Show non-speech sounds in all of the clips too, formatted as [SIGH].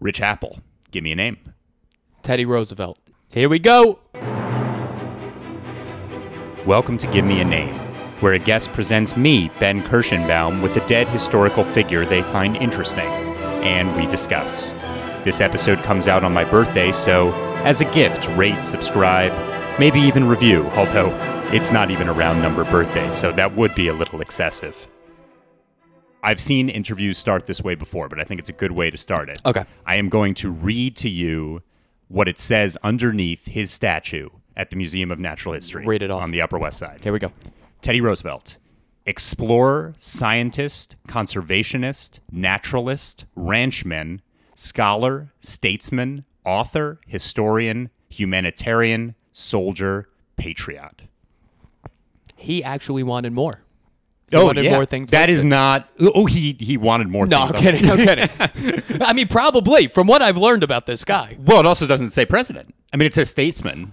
Rich Apple. Give me a name. Teddy Roosevelt. Here we go. Welcome to Give Me a Name, where a guest presents me, Ben Kirschenbaum, with a dead historical figure they find interesting, and we discuss. This episode comes out on my birthday, so as a gift, rate, subscribe, maybe even review, although it's not even a round number birthday, so that would be a little excessive. I've seen interviews start this way before, but I think it's a good way to start it. Okay. I am going to read to you what it says underneath his statue at the Museum of Natural History Read it off. on the Upper West Side. Here we go. Teddy Roosevelt, explorer, scientist, conservationist, naturalist, ranchman, scholar, statesman, author, historian, humanitarian, soldier, patriot. He actually wanted more. He Oh, wanted yeah. more things That is listed. not. Oh, he he wanted more. No, I'm things on- kidding. I'm kidding. I mean, probably from what I've learned about this guy. [LAUGHS] Well, it also doesn't say president. I mean, it says statesman.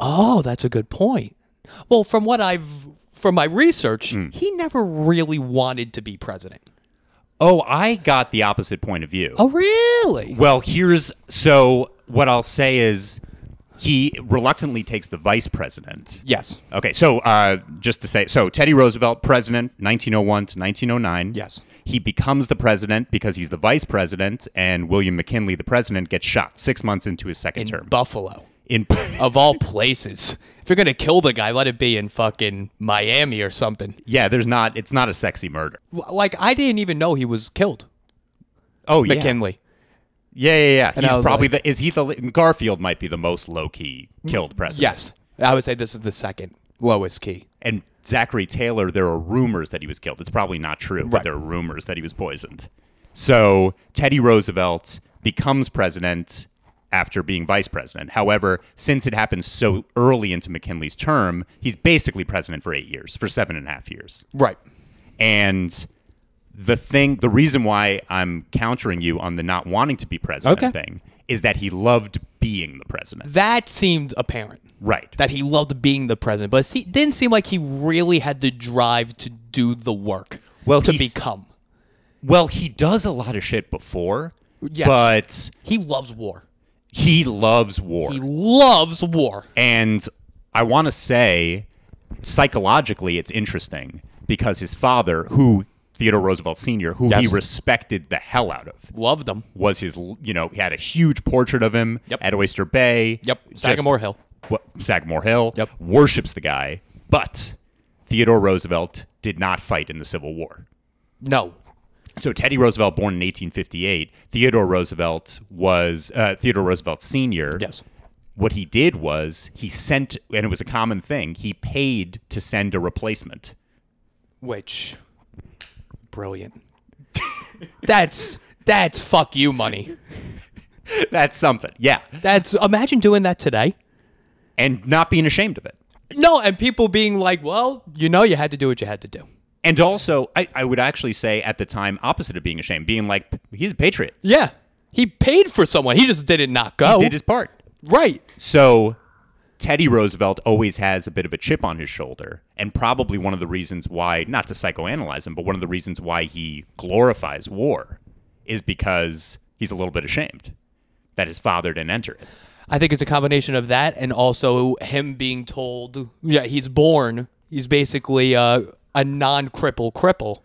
Oh, that's a good point. Hmm. Well, from what I've from my research, he never really wanted to be president. Oh, I got the opposite point of view. Oh, really? Well, here's so what I'll say is he reluctantly takes the vice president. Yes. Okay, so uh, just to say, so Teddy Roosevelt, president, 1901 to 1909. Yes. He becomes the president because he's the vice president, and William McKinley, the president, gets shot six months into his second In term. Buffalo, in [LAUGHS] of all places. If you're gonna kill the guy, let it be in fucking Miami or something. yeah, there's not. It's not a sexy murder. W- Like I didn't even know he was killed, Oh yeah, McKinley. yeah, yeah, yeah. I He's was probably the. Is he the? Garfield might be the most low key killed president. Yes, I would say this is the second lowest key. And Zachary Taylor, there are rumors that he was killed. It's probably not true, but Right. there are rumors that he was poisoned. So Teddy Roosevelt becomes president after being vice president. However, since it happened so early into McKinley's term, he's basically president for eight years, for seven and a half years. Right. And the thing, the reason why I'm countering you on the not wanting to be president Okay. thing is that he loved being the president. That seemed apparent Right. that he loved being the president, but it didn't seem like he really had the drive to do the work. Well, to he's- become. well, he does a lot of shit before, Yes. but He loves war. he loves war. He loves war. and I want to say, psychologically, it's interesting because his father, who Theodore Roosevelt Sr., who he Yes. respected the hell out of, Loved him. was his, you know, he had a huge portrait of him Yep. at Oyster Bay. Yep. Just- Sagamore Hill. Wha- Sagamore Hill. Yep. Worships the guy. But Theodore Roosevelt did not fight in the Civil War. No. So Teddy Roosevelt, born in 1858, Theodore Roosevelt was uh, Theodore Roosevelt Sr. Yes. What he did was he sent, and it was a common thing. He paid to send a replacement. Which, brilliant. that's that's fuck you money. That's something, yeah, That's imagine doing that today. and not being ashamed of it. No, and people being like, "Well, you know, you had to do what you had to do." And also, I, I would actually say at the time, opposite of being ashamed, being like, he's a patriot, Yeah, he paid for someone. He just did it not go. did his part. right. So Teddy Roosevelt always has a bit of a chip on his shoulder, and probably one of the reasons why, not to psychoanalyze him, but one of the reasons why he glorifies war is because he's a little bit ashamed that his father didn't enter it. I think it's a combination of that and also him being told, "Yeah, he's born. He's basically uh, a non-cripple cripple."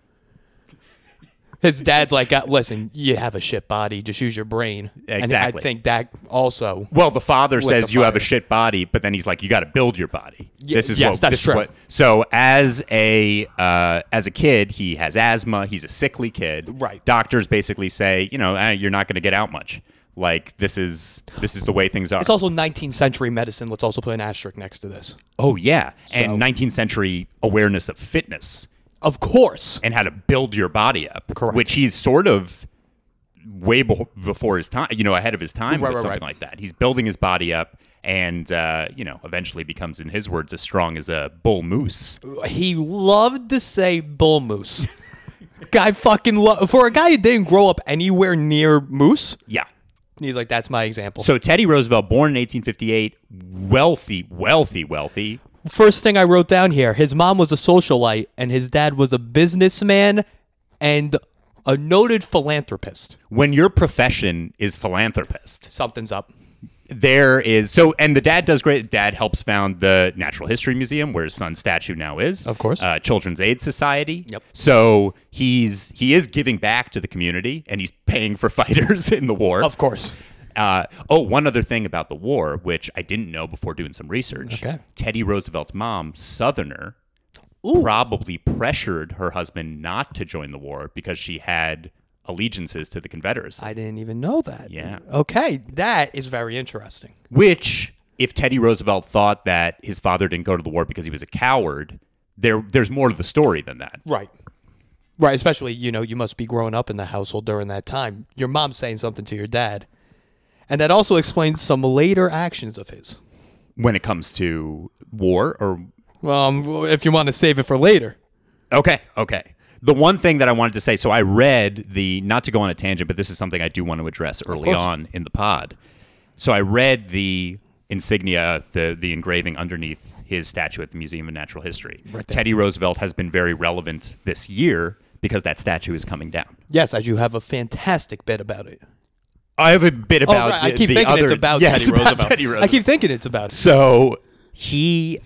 His dad's like, uh, "Listen, you have a shit body. Just use your brain." And I Exactly. think that also Well, the father says the you have a fire. shit body, but then he's like, you got to build your body. this is yes, what that's this true. is what. So as a uh, as a kid, he has asthma. He's a sickly kid. Right. Doctors basically say, you know, eh, you're not going to get out much. Like this is this is the way things are. It's also 19th century medicine. Let's also put an asterisk next to this. Oh yeah, So- and 19th century awareness of fitness Of course. and how to build your body up, Correct. which he's sort of way be- before his time, you know, ahead of his time with Right, right, something right. like that. He's building his body up and uh, you know, eventually becomes in his words as strong as a bull moose. He loved to say bull moose. guy fucking lo- for a guy who didn't grow up anywhere near moose. Yeah. He's like, that's my example. So Teddy Roosevelt born in 1858, wealthy, wealthy, wealthy. First thing I wrote down here: his mom was a socialite and his dad was a businessman and a noted philanthropist. When your profession is philanthropist, Something's up. there is so and the dad does great dad helps found the natural history museum where his son's statue now is Of course. uh, children's aid society Yep. so he's he is giving back to the community and he's paying for [LAUGHS] fighters in the war Of course. uh, oh one other thing about the war which i didn't know before doing some research Okay. teddy roosevelt's mom southerner probably pressured her husband not to join the war because she had allegiances to the confederacy I didn't even know that. Yeah. Okay, that is very interesting. Which, if Teddy Roosevelt thought that his father didn't go to the war because he was a coward, there there's more to the story than that. Right. Right, especially, you know, you must be growing up in the household during that time. Your mom's saying something to your dad. And that also explains some later actions of his. When it comes to war, or Um, if you want to save it for later. okay, okay. The one thing that I wanted to say, so I read the not to go on a tangent, but this is something I do want to address early course. on in the pod. So I read the insignia, the the engraving underneath his statue at the Museum of Natural History. Teddy Roosevelt has been very relevant this year because that statue is coming down. Yes, I do have a fantastic bit about it. I have a bit Oh, about. right, the, I keep the thinking it's other- about Yeah, Teddy it's about Roosevelt. Teddy I Roosevelt. keep thinking it's about it. So he,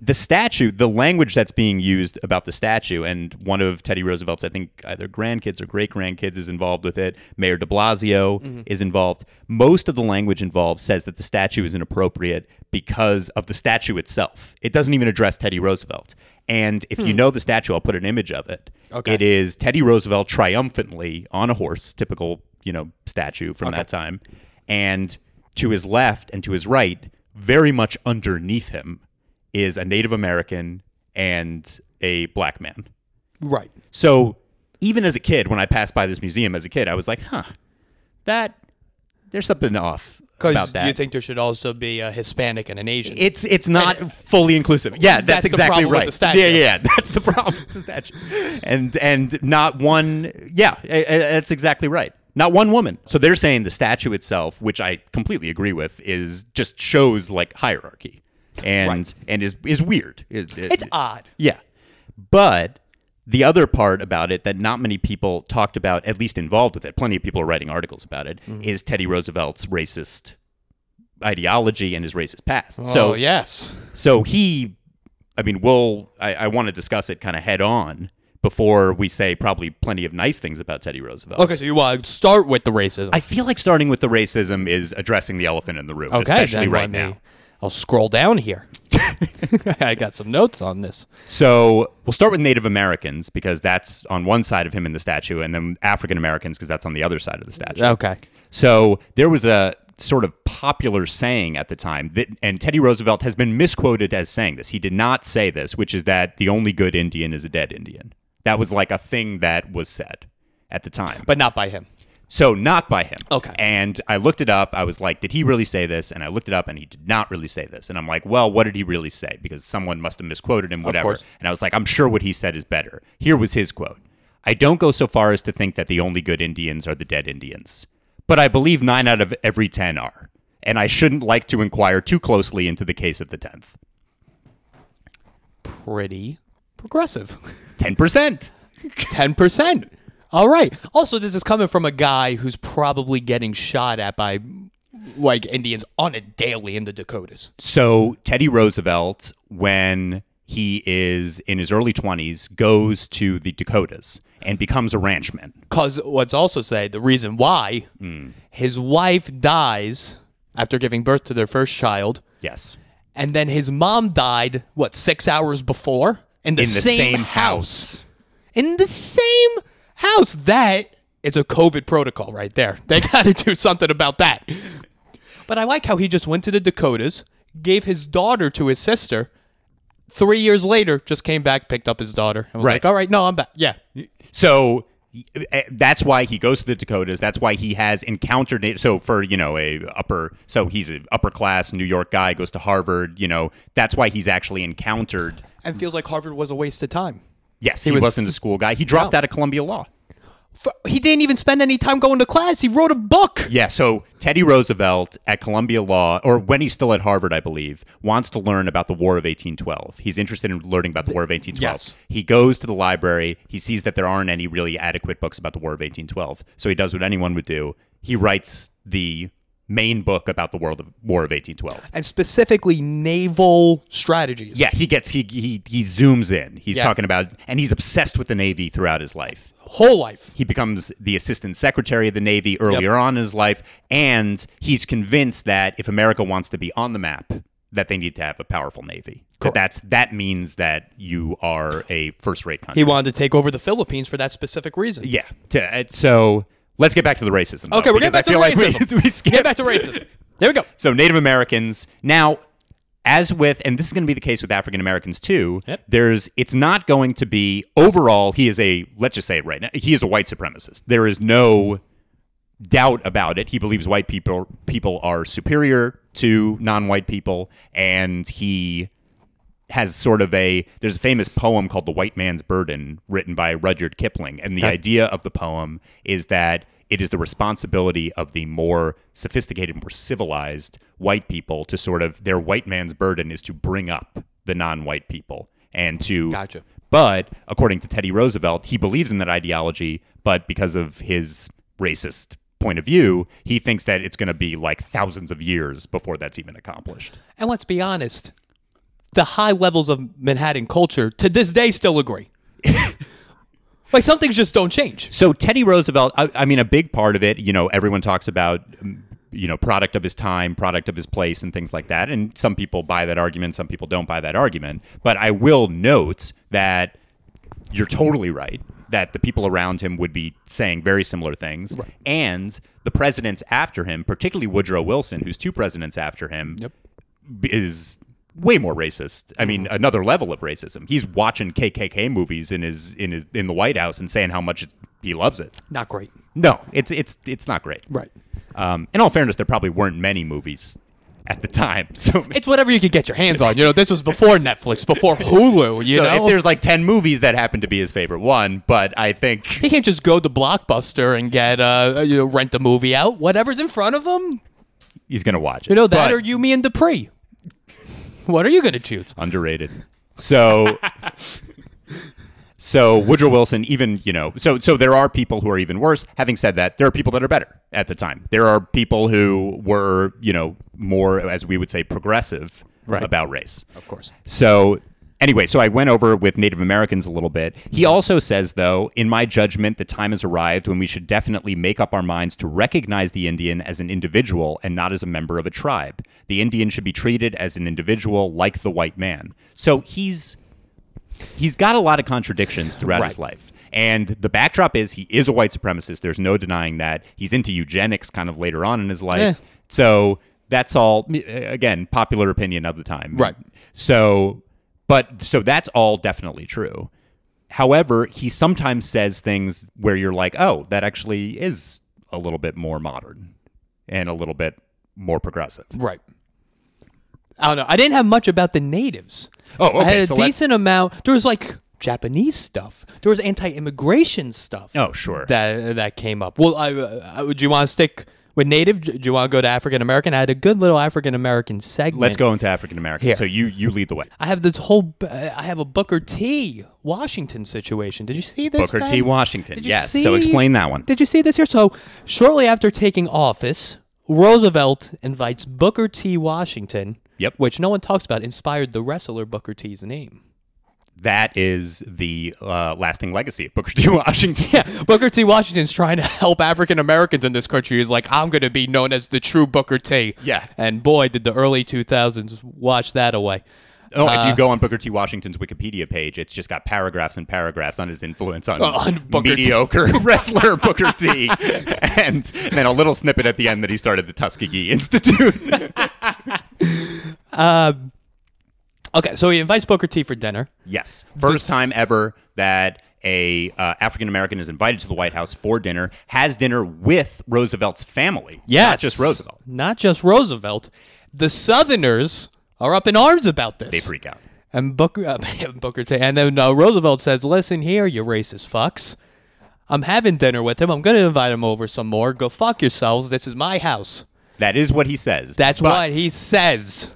the statue, the language that's being used about the statue, and one of Teddy Roosevelt's, I think, either grandkids or great grandkids is involved with it. Mayor de Blasio is involved. Most of the language involved says that the statue is inappropriate because of the statue itself. It doesn't even address Teddy Roosevelt. And if you know the statue, I'll put an image of it. Okay. It is Teddy Roosevelt triumphantly on a horse, typical, you know, statue from that time. And to his left and to his right, very much underneath him, is a Native American and a black man. Right. So even as a kid, when I passed by this museum as a kid, I was like, huh, that there's something off Because about that. you think there should also be a Hispanic and an Asian. it's it's not fully inclusive. Yeah, that's, That's the exactly problem with right. the statue. Yeah, yeah, [LAUGHS] yeah, that's the problem with the statue. And and not one yeah, eh, eh, that's exactly right. Not one woman. So they're saying the statue itself, which I completely agree with, is just shows like hierarchy and and is is weird. It- it- it's odd. yeah. But the other part about it that not many people talked about, at least involved with it, plenty of people are writing articles about it, Mm-hmm. is Teddy Roosevelt's racist ideology and his racist past. So so yes. so he I mean, we'll I, I want to discuss it kind of head on before we say probably plenty of nice things about Teddy Roosevelt. Okay, so you want to start with the racism. I feel like starting with the racism is addressing the elephant in the room, especially then right let me- now. I'll scroll [LAUGHS] down here. I got some notes on this. So we'll start with Native Americans because that's on one side of him in the statue, and then African Americans because that's on the other side of the statue. Okay. So there was a sort of popular saying at the time, that, and Teddy Roosevelt has been misquoted as saying this. He did not say this, which is that the only good Indian is a dead Indian. That was like a thing that was said at the time. But not by him. So not by him. Okay. And I looked it up. I was like, did he really say this? And I looked it up and he did not really say this. And I'm like, well, what did he really say? Because someone must have misquoted him, whatever. course. And I was like, I'm sure what he said is better. Here was his quote. I don't go so far as to think that the only good Indians are the dead Indians, but I believe nine out of every 10 are. And I shouldn't like to inquire too closely into the case of the 10th. Pretty progressive. [LAUGHS] 10%. 10%. All right. Also, this is coming from a guy who's probably getting shot at by like Indians on a daily in the Dakotas. So Teddy Roosevelt, when he is in his early 20s, goes to the Dakotas and becomes a ranchman. Because what's also said, the reason why his wife dies after giving birth to their first child. Yes. and then his mom died what six hours before in the, In the same, same house. in the same house that is a covid protocol right there they [LAUGHS] gotta do something about that but i like how he just went to the dakotas gave his daughter to his sister three years later just came back picked up his daughter and was Right. like all right no i'm back yeah So eh, that's why he goes to the Dakotas. That's why he has encountered it. So for you know a upper, so he's an upper class New York guy, goes to Harvard. You know that's why he's actually encountered. and feels like harvard was a waste of time Yes, he, was- was, not a school guy. He dropped out of Columbia Law. F- He didn't even spend any time going to class. He wrote a book. Yeah, so Teddy Roosevelt at Columbia Law, or when he's still at Harvard, I believe, wants to learn about the War of 1812. He's interested in learning about the War of 1812. Yes. He goes to the library. He sees that there aren't any really adequate books about the War of 1812. So he does what anyone would do. He writes the main book about the world of War of 1812. And specifically naval strategies. Yeah, he gets he he, he zooms in. He's Yeah. talking about and he's obsessed with the Navy throughout his life. Whole life. he becomes the assistant secretary of the navy earlier on in his life and he's convinced that if america wants to be on the map that they need to have a powerful navy that that's that means that you are a first rate country He wanted to take over the Philippines for that specific reason. yeah To- uh, so let's get back to the racism though, Okay, we're because getting I back to feel racism. like [LAUGHS] we, we skipped- Get back to racism. There we go. so Native Americans now, as with, and this is going to be the case with African Americans too. Yep. There's, it's not going to be overall. He is a, let's just say it right now. He is a white supremacist. There is no doubt about it. He believes white people people are superior to non-white people, and he has sort of a there's a famous poem called The White Man's Burden written by Rudyard Kipling and the idea of the poem is that it is the responsibility of the more sophisticated more civilized white people to sort of their white man's burden is to bring up the non-white people and to Gotcha. but according to Teddy Roosevelt he believes in that ideology but because of his racist point of view he thinks that it's going to be like thousands of years before that's even accomplished And let's be honest, the high levels of Manhattan culture to this day [LAUGHS] still agree. like some things just don't change. So Teddy Roosevelt, I, I mean, a big part of it, you know, everyone talks about, um, you know, product of his time, product of his place, and things like that. And some people buy that argument, some people don't buy that argument. But I will note that you're totally right that the people around him would be saying very similar things. And the presidents after him, particularly Woodrow Wilson, who's two presidents after him, b- is way more racist. I Mm-hmm. mean, another level of racism. He's watching KKK movies in his in his in the White House and saying how much he loves it. Not great. No, it's it's it's not great. Right. Um, in all fairness, there probably weren't many movies at the time. [LAUGHS] So, It's whatever you could get your hands on. You know, this was before [LAUGHS] Netflix, before Hulu, you so know. if there's like ten movies that happen to be his favorite one, but I think he can't just go to Blockbuster and get uh you know, rent a movie out. Whatever's in front of him, he's gonna watch it. you know that But- or you, me, and Dupree. What are you gonna choose? underrated. So so Woodrow Wilson even, you know, so so there are people who are even worse. Having said that, there are people that are better at the time. There are people who were, you know, more as we would say progressive Right. about race. Of course. So anyway, so I went over with Native Americans a little bit. He also says, though, in my judgment, the time has arrived when we should definitely make up our minds to recognize the Indian as an individual and not as a member of a tribe. The Indian should be treated as an individual like the white man. So he's he's got a lot of contradictions throughout his Right. life. And the backdrop is he is a white supremacist. There's no denying that. He's into eugenics kind of later on in his life. Yeah. So that's all again, popular opinion of the time. Right. So but so that's all definitely true. However, he sometimes says things where you're like, "Oh, that actually is a little bit more modern and a little bit more progressive." Right. I don't know. I didn't have much about the natives. Oh, okay, I had a so let's- decent amount. There was like Japanese stuff. There was anti-immigration stuff. Oh, sure. that that came up. Well, I, uh, uh, do you want to stick with native? Do you want to go to African American? I had a good little African American segment. Let's go into African American. Here. So you you lead the way. I have this whole. b- uh, I have a Booker T. Washington situation. Did you see this? Booker T. Ben? Washington. Did you Yes. So see- explain that one. Did you see this here? So shortly after taking office, Roosevelt invites Booker T. Washington. Yep. Which no one talks about. Inspired the wrestler Booker T's name. That is the uh, lasting legacy of Booker T. [LAUGHS] Washington. Yeah, Booker T. Washington's trying to help African Americans in this country. He's like, I'm going to be known as the true Booker T. Yeah. And boy, did the early 2000s wash that away. Oh, if Uh, you go on Booker T. Washington's Wikipedia page, it's just got paragraphs and paragraphs on his influence on, Uh, on Booker T. [LAUGHS] mediocre wrestler Booker T. and then a little snippet at the end that he started the Tuskegee [LAUGHS] Institute. Okay, so he invites Booker T for dinner. yes, first time ever that a uh, African American is invited to the White House for dinner, has dinner with Roosevelt's family. Yes. not just Roosevelt. Not just Roosevelt. The Southerners are up in arms about this. They freak out. [LAUGHS] And Booker, uh, Booker T. And then uh, Roosevelt says, Listen here, you racist fucks. I'm having dinner with him. I'm gonna invite him over some more. Go fuck yourselves. This is my house. That is what he says. That's But what he says.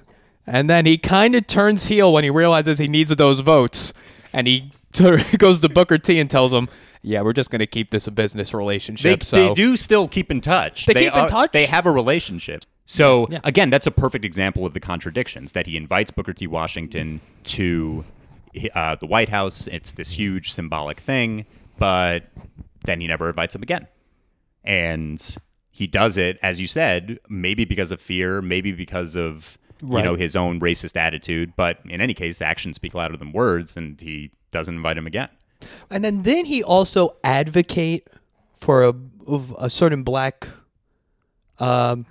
And then he kind of turns heel when he realizes he needs those votes. And he tur [LAUGHS] goes to Booker T and tells him, Yeah, we're just going to keep this a business They, relationship. so they do still keep in touch. They keep in are- touch? They have a relationship. So Yeah. again, that's a perfect example of the contradictions that he invites Booker T. Washington to uh, the White House. It's this huge symbolic thing, but then he never invites him again. And he does it, as you said, maybe because of fear, maybe because of you Right. know his own racist attitude. But in any case, actions speak louder than words, and he doesn't invite him again. And then didn't he also advocate for a, of a certain black um,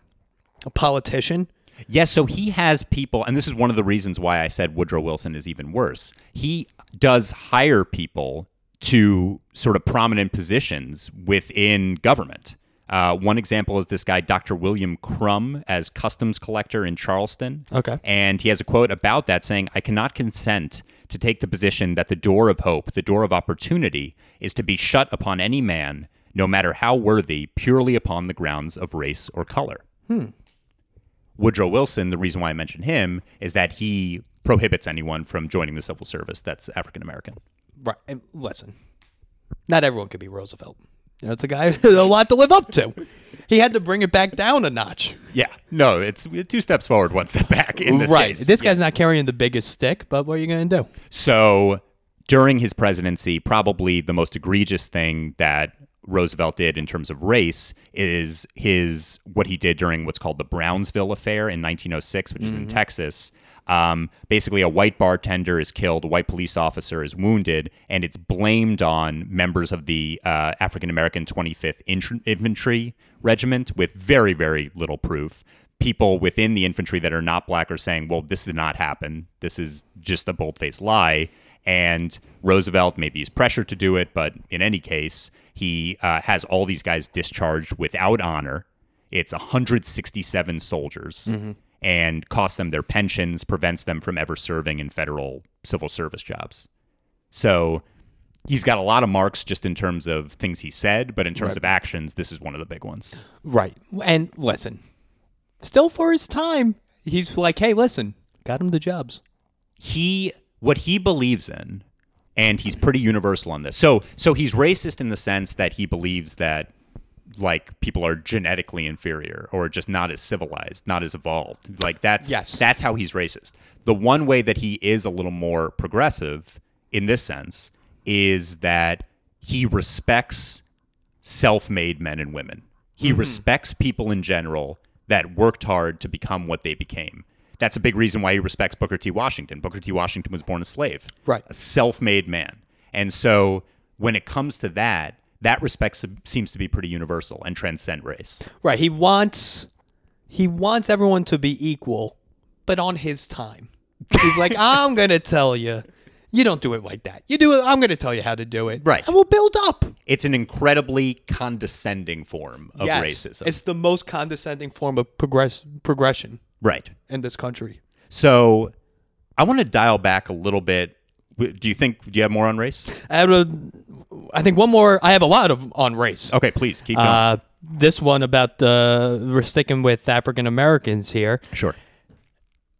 a politician? Yes, so he has people, and this is one of the reasons why I said Woodrow Wilson is even worse. He does hire people to sort of prominent positions within government. Uh, one example is this guy, Dr. William Crum, as customs collector in Charleston. Okay. And he has a quote about that saying, I cannot consent to take the position that the door of hope, the door of opportunity, is to be shut upon any man, no matter how worthy, purely upon the grounds of race or color. Woodrow Wilson, the reason why I mention him is that he prohibits anyone from joining the civil service that's African American. Right. and Listen, not everyone could be Roosevelt. You know, it's a guy [LAUGHS] with a lot to live up to. He had to bring it back down a notch. Yeah, no, it's two steps forward, one step back in this right. case. This guy's not carrying the biggest stick, but what are you going to do? So during his presidency, probably the most egregious thing that Roosevelt did in terms of race is his what he did during what's called the Brownsville affair in 1906, which is in Texas. Um, basically, a white bartender is killed, a white police officer is wounded, and it's blamed on members of the uh, African American 25th Intr- Infantry Regiment with very, very little proof people within the infantry that are not black are saying, well, this did not happen. This is just a bold faced lie. And Roosevelt, maybe he's pressured to do it, but in any case, he uh, has all these guys discharged without honor. It's 167 soldiers and costs them their pensions, prevents them from ever serving in federal civil service jobs. So he's got a lot of marks just in terms of things he said, but in terms of actions, this is one of the big ones. Right. And listen, still for his time, he's like, hey, listen, got him the jobs. he what he believes in and he's pretty universal on this so so he's racist in the sense that he believes that like people are genetically inferior or just not as civilized not as evolved like that's Yes. that's how he's racist the one way that he is a little more progressive in this sense is that he respects self-made men and women. He Mm-hmm. respects people in general that worked hard to become what they became. That's a big reason why he respects Booker T. Washington. Booker T. Washington was born a slave, Right. A self-made man, and so when it comes to that, that respect se- seems to be pretty universal and transcend race. Right. He wants he wants everyone to be equal, but on his time. He's [LAUGHS] like, I'm gonna tell you, you don't do it like that. You do it. I'm gonna tell you how to do it. Right. And we'll build up. It's an incredibly condescending form of Yes. racism, It's the most condescending form of progress progression right? in this country. So, I want to dial back a little bit. W- Do you think do you have more on race? I, would, I think one more. I have a lot of on race. Okay, please keep going. Uh, this one about the we're sticking with African Americans here. sure,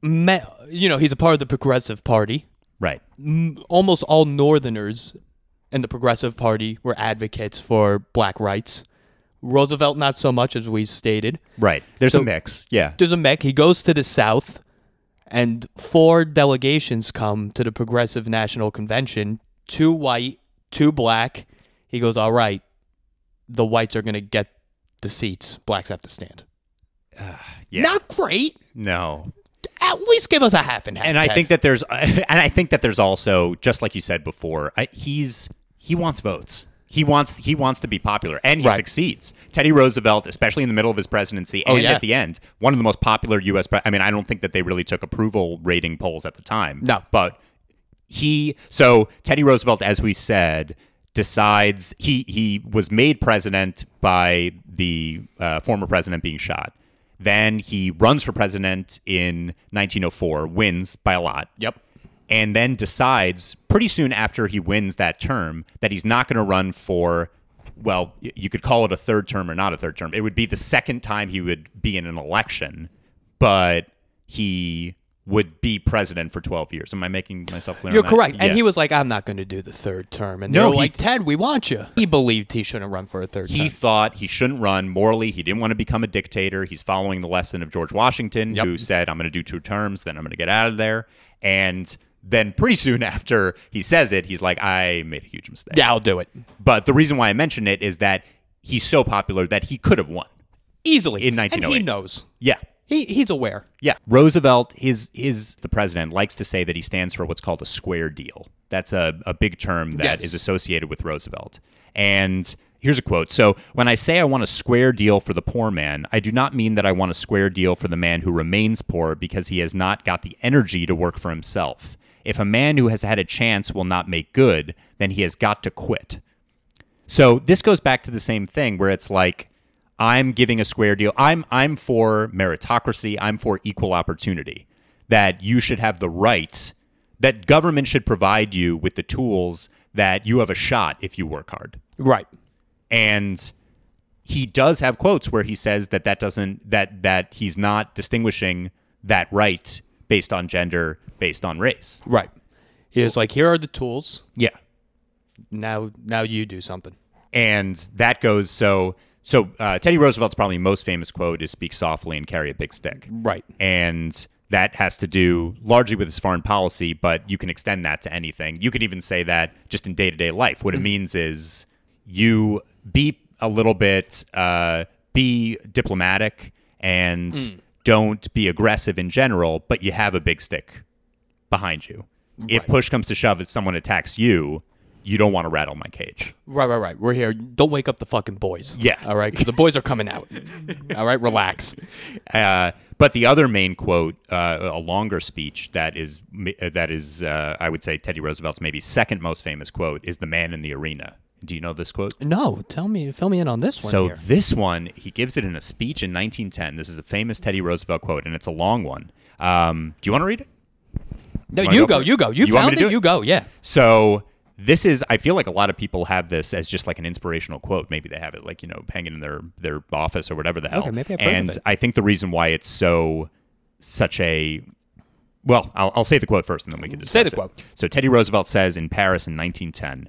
Me, you know, he's a part of the Progressive Party. right. m- almost all Northerners in the Progressive Party were advocates for black rights. Roosevelt, not so much as we stated. Right. There's a mix. Yeah. There's a mech. He goes to the South, and four delegations come to the Progressive National Convention two white, two black. He goes, All right, the whites are going to get the seats. Blacks have to stand. yeah. Not great. no. At least give us a half and half. And I Ted. think that there's [LAUGHS] and I think that there's also just like you said before, I, he's he wants votes. He wants he wants to be popular and he Right. succeeds. Teddy Roosevelt, especially in the middle of his presidency and yeah. at the end, one of the most popular US pre- I mean, I don't think that they really took approval rating polls at the time. No. But he so Teddy Roosevelt, as we said, decides he he was made president by the uh, former president being shot. Then he runs for president in 1904, wins by a lot. Yep. And then decides pretty soon after he wins that term that he's not going to run for well, y- you could call it a third term or not a third term. It would be the second time he would be in an election, but he would be president for 12 years. Am I making myself clear? You're on that? correct. And Yeah. he was like, I'm not going to do the third term. And No, they were he- like, Ted, we want you. He believed he shouldn't run for a [LAUGHS] third he term. thought he shouldn't run morally. He didn't want to become a dictator. He's following the lesson of George Washington, who said, "I'm going to do two terms, then I'm going to get out of there." And then pretty soon [LAUGHS] after he says it, he's like, "I made a huge mistake." Yeah, I'll do it. But the reason why I mention it is that he's so popular that he could have won. Easily. In And he 1908. knows. Yeah. He, he's aware. Yeah. Roosevelt, his his the president likes to say that he stands for what's called a square deal. That's a, a big term that is Yes. associated with Roosevelt. And here's a quote. So when I say I want a square deal for the poor man, I do not mean that I want a square deal for the man who remains poor because he has not got the energy to work for himself. If a man who has had a chance will not make good, then he has got to quit. So this goes back to the same thing where it's like I'm giving a square deal. I'm I'm for meritocracy. I'm for equal opportunity. That you should have the right that government should provide you with the tools that you have a shot if you work hard. Right. And he does have quotes where he says that that doesn't that that he's not distinguishing that right based on gender, based on race. Right. He was like, here are the tools. Yeah. Now, now you do something. and that goes so so uh, teddy roosevelt's probably most famous quote is speak softly and carry a big stick Right. and that has to do largely with his foreign policy but you can extend that to anything you could even say that just in day-to-day life what it means is you be a little bit uh, be diplomatic and don't be aggressive in general but you have a big stick behind you if push comes to shove if someone attacks you you don't want to rattle my cage Right, right, right. We're here. Don't wake up the fucking boys. Yeah. All right. 'Cause the boys are coming [LAUGHS] out. All right. Relax. Uh, but the other main quote, uh, a longer speech that is that is uh, I would say Teddy Roosevelt's maybe second most famous quote is "The Man in the Arena." Do you know this quote? No, tell me, fill me in on this one. So here. this one, he gives it in a speech in 1910. This is a famous Teddy Roosevelt quote, and it's a long one. Um, do you want to read it? no, wanna you go go, for it? you go. You, You want me found to do it. it? You go. Yeah. So this is I feel like a lot of people have this as just like an inspirational quote. Maybe they have it like, you know, hanging in their their office or whatever the hell. Okay, maybe I've heard of and it. I think the reason why it's so such a well, I'll, I'll say the quote first and then we can Say discuss the it. quote. So Teddy Roosevelt says in Paris in 1910,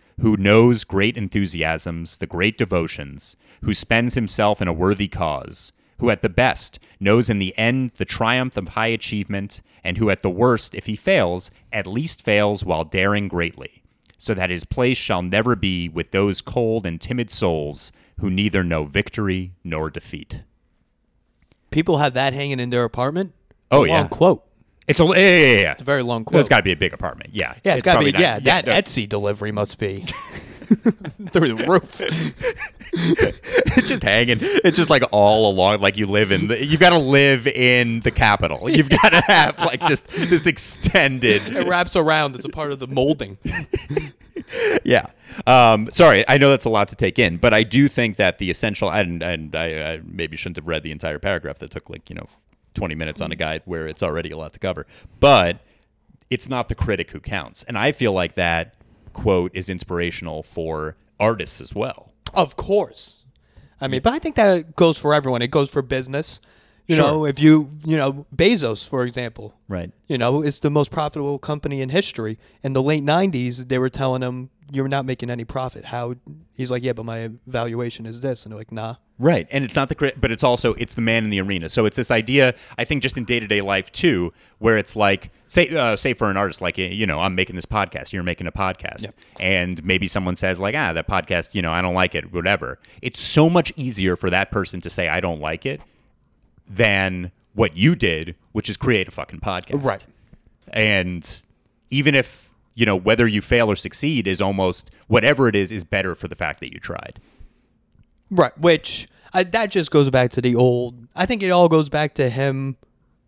who knows great enthusiasms, the great devotions, who spends himself in a worthy cause, who at the best knows in the end the triumph of high achievement, and who at the worst, if he fails, at least fails while daring greatly, so that his place shall never be with those cold and timid souls who neither know victory nor defeat. People have that hanging in their apartment. Oh, Long yeah. quote. It's a yeah, yeah, yeah, yeah. It's a very long quote. Well, it's got to be a big apartment. Yeah, yeah, it's got to probably be. not- yeah, that no. Etsy delivery must be [LAUGHS] through the roof. it's just hanging. It's just like all along. Like you live in. The, you've got to live in the capital. You've got to have like just this extended. It wraps around. It's a part of the molding. [LAUGHS] Yeah. Um, sorry, I know that's a lot to take in, but I do think that the essential and and I, I maybe shouldn't have read the entire paragraph that took like you know twenty minutes on a guide where it's already a lot to cover, but it's not the critic who counts, and I feel like that quote is inspirational for artists as well. Of course. I mean, but I think that goes for everyone. It goes for business. You Sure. know, if you, you know, Bezos, for example. Right. You know, it's the most profitable company in history. In the late 90s, they were telling him, you're not making any profit. How? He's like, yeah, but my valuation is this. And they're like, nah. Right, and it's not the crit, but it's also it's the man in the arena. So it's this idea, I think, just in day to day life too, where it's like, say, uh, say for an artist, like you know, I'm making this podcast, you're making a podcast, and maybe someone says like, ah, that podcast, you know, I don't like it, whatever. It's so much easier for that person to say I don't like it than what you did, which is create a fucking podcast, Right. And even if you know whether you fail or succeed is almost whatever it is is better for the fact that you tried. Right. Which I, that just goes back to the old. I think it all goes back to him.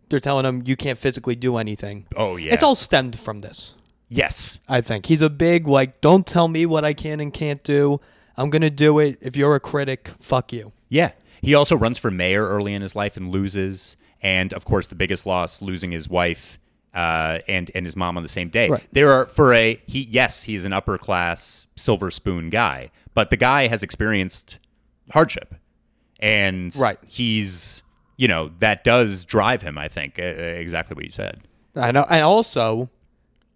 They're telling him you can't physically do anything. Oh, yeah. It's all stemmed from this. Yes. I think he's a big like. Don't tell me what I can and can't do. I'm gonna do it. If you're a critic, fuck you. Yeah. He also runs for mayor early in his life and loses. And of course, the biggest loss, losing his wife uh, and and his mom on the same day. Right. There are for a he. Yes, he's an upper class silver spoon guy, but the guy has experienced hardship, and Right. He's you know that does drive him. I think uh, uh, exactly what you said. I know. And also,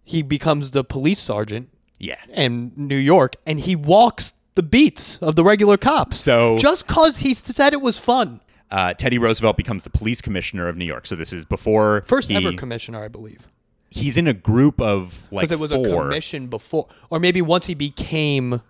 he becomes the police sergeant Yeah. in New York, and he walks the beats of the regular cops. So- just cause he said it was fun. Uh, Teddy Roosevelt becomes the police commissioner of New York. So this is before First he- ever commissioner, I believe. he's in a group of like because it was four. a commission before, or maybe once he became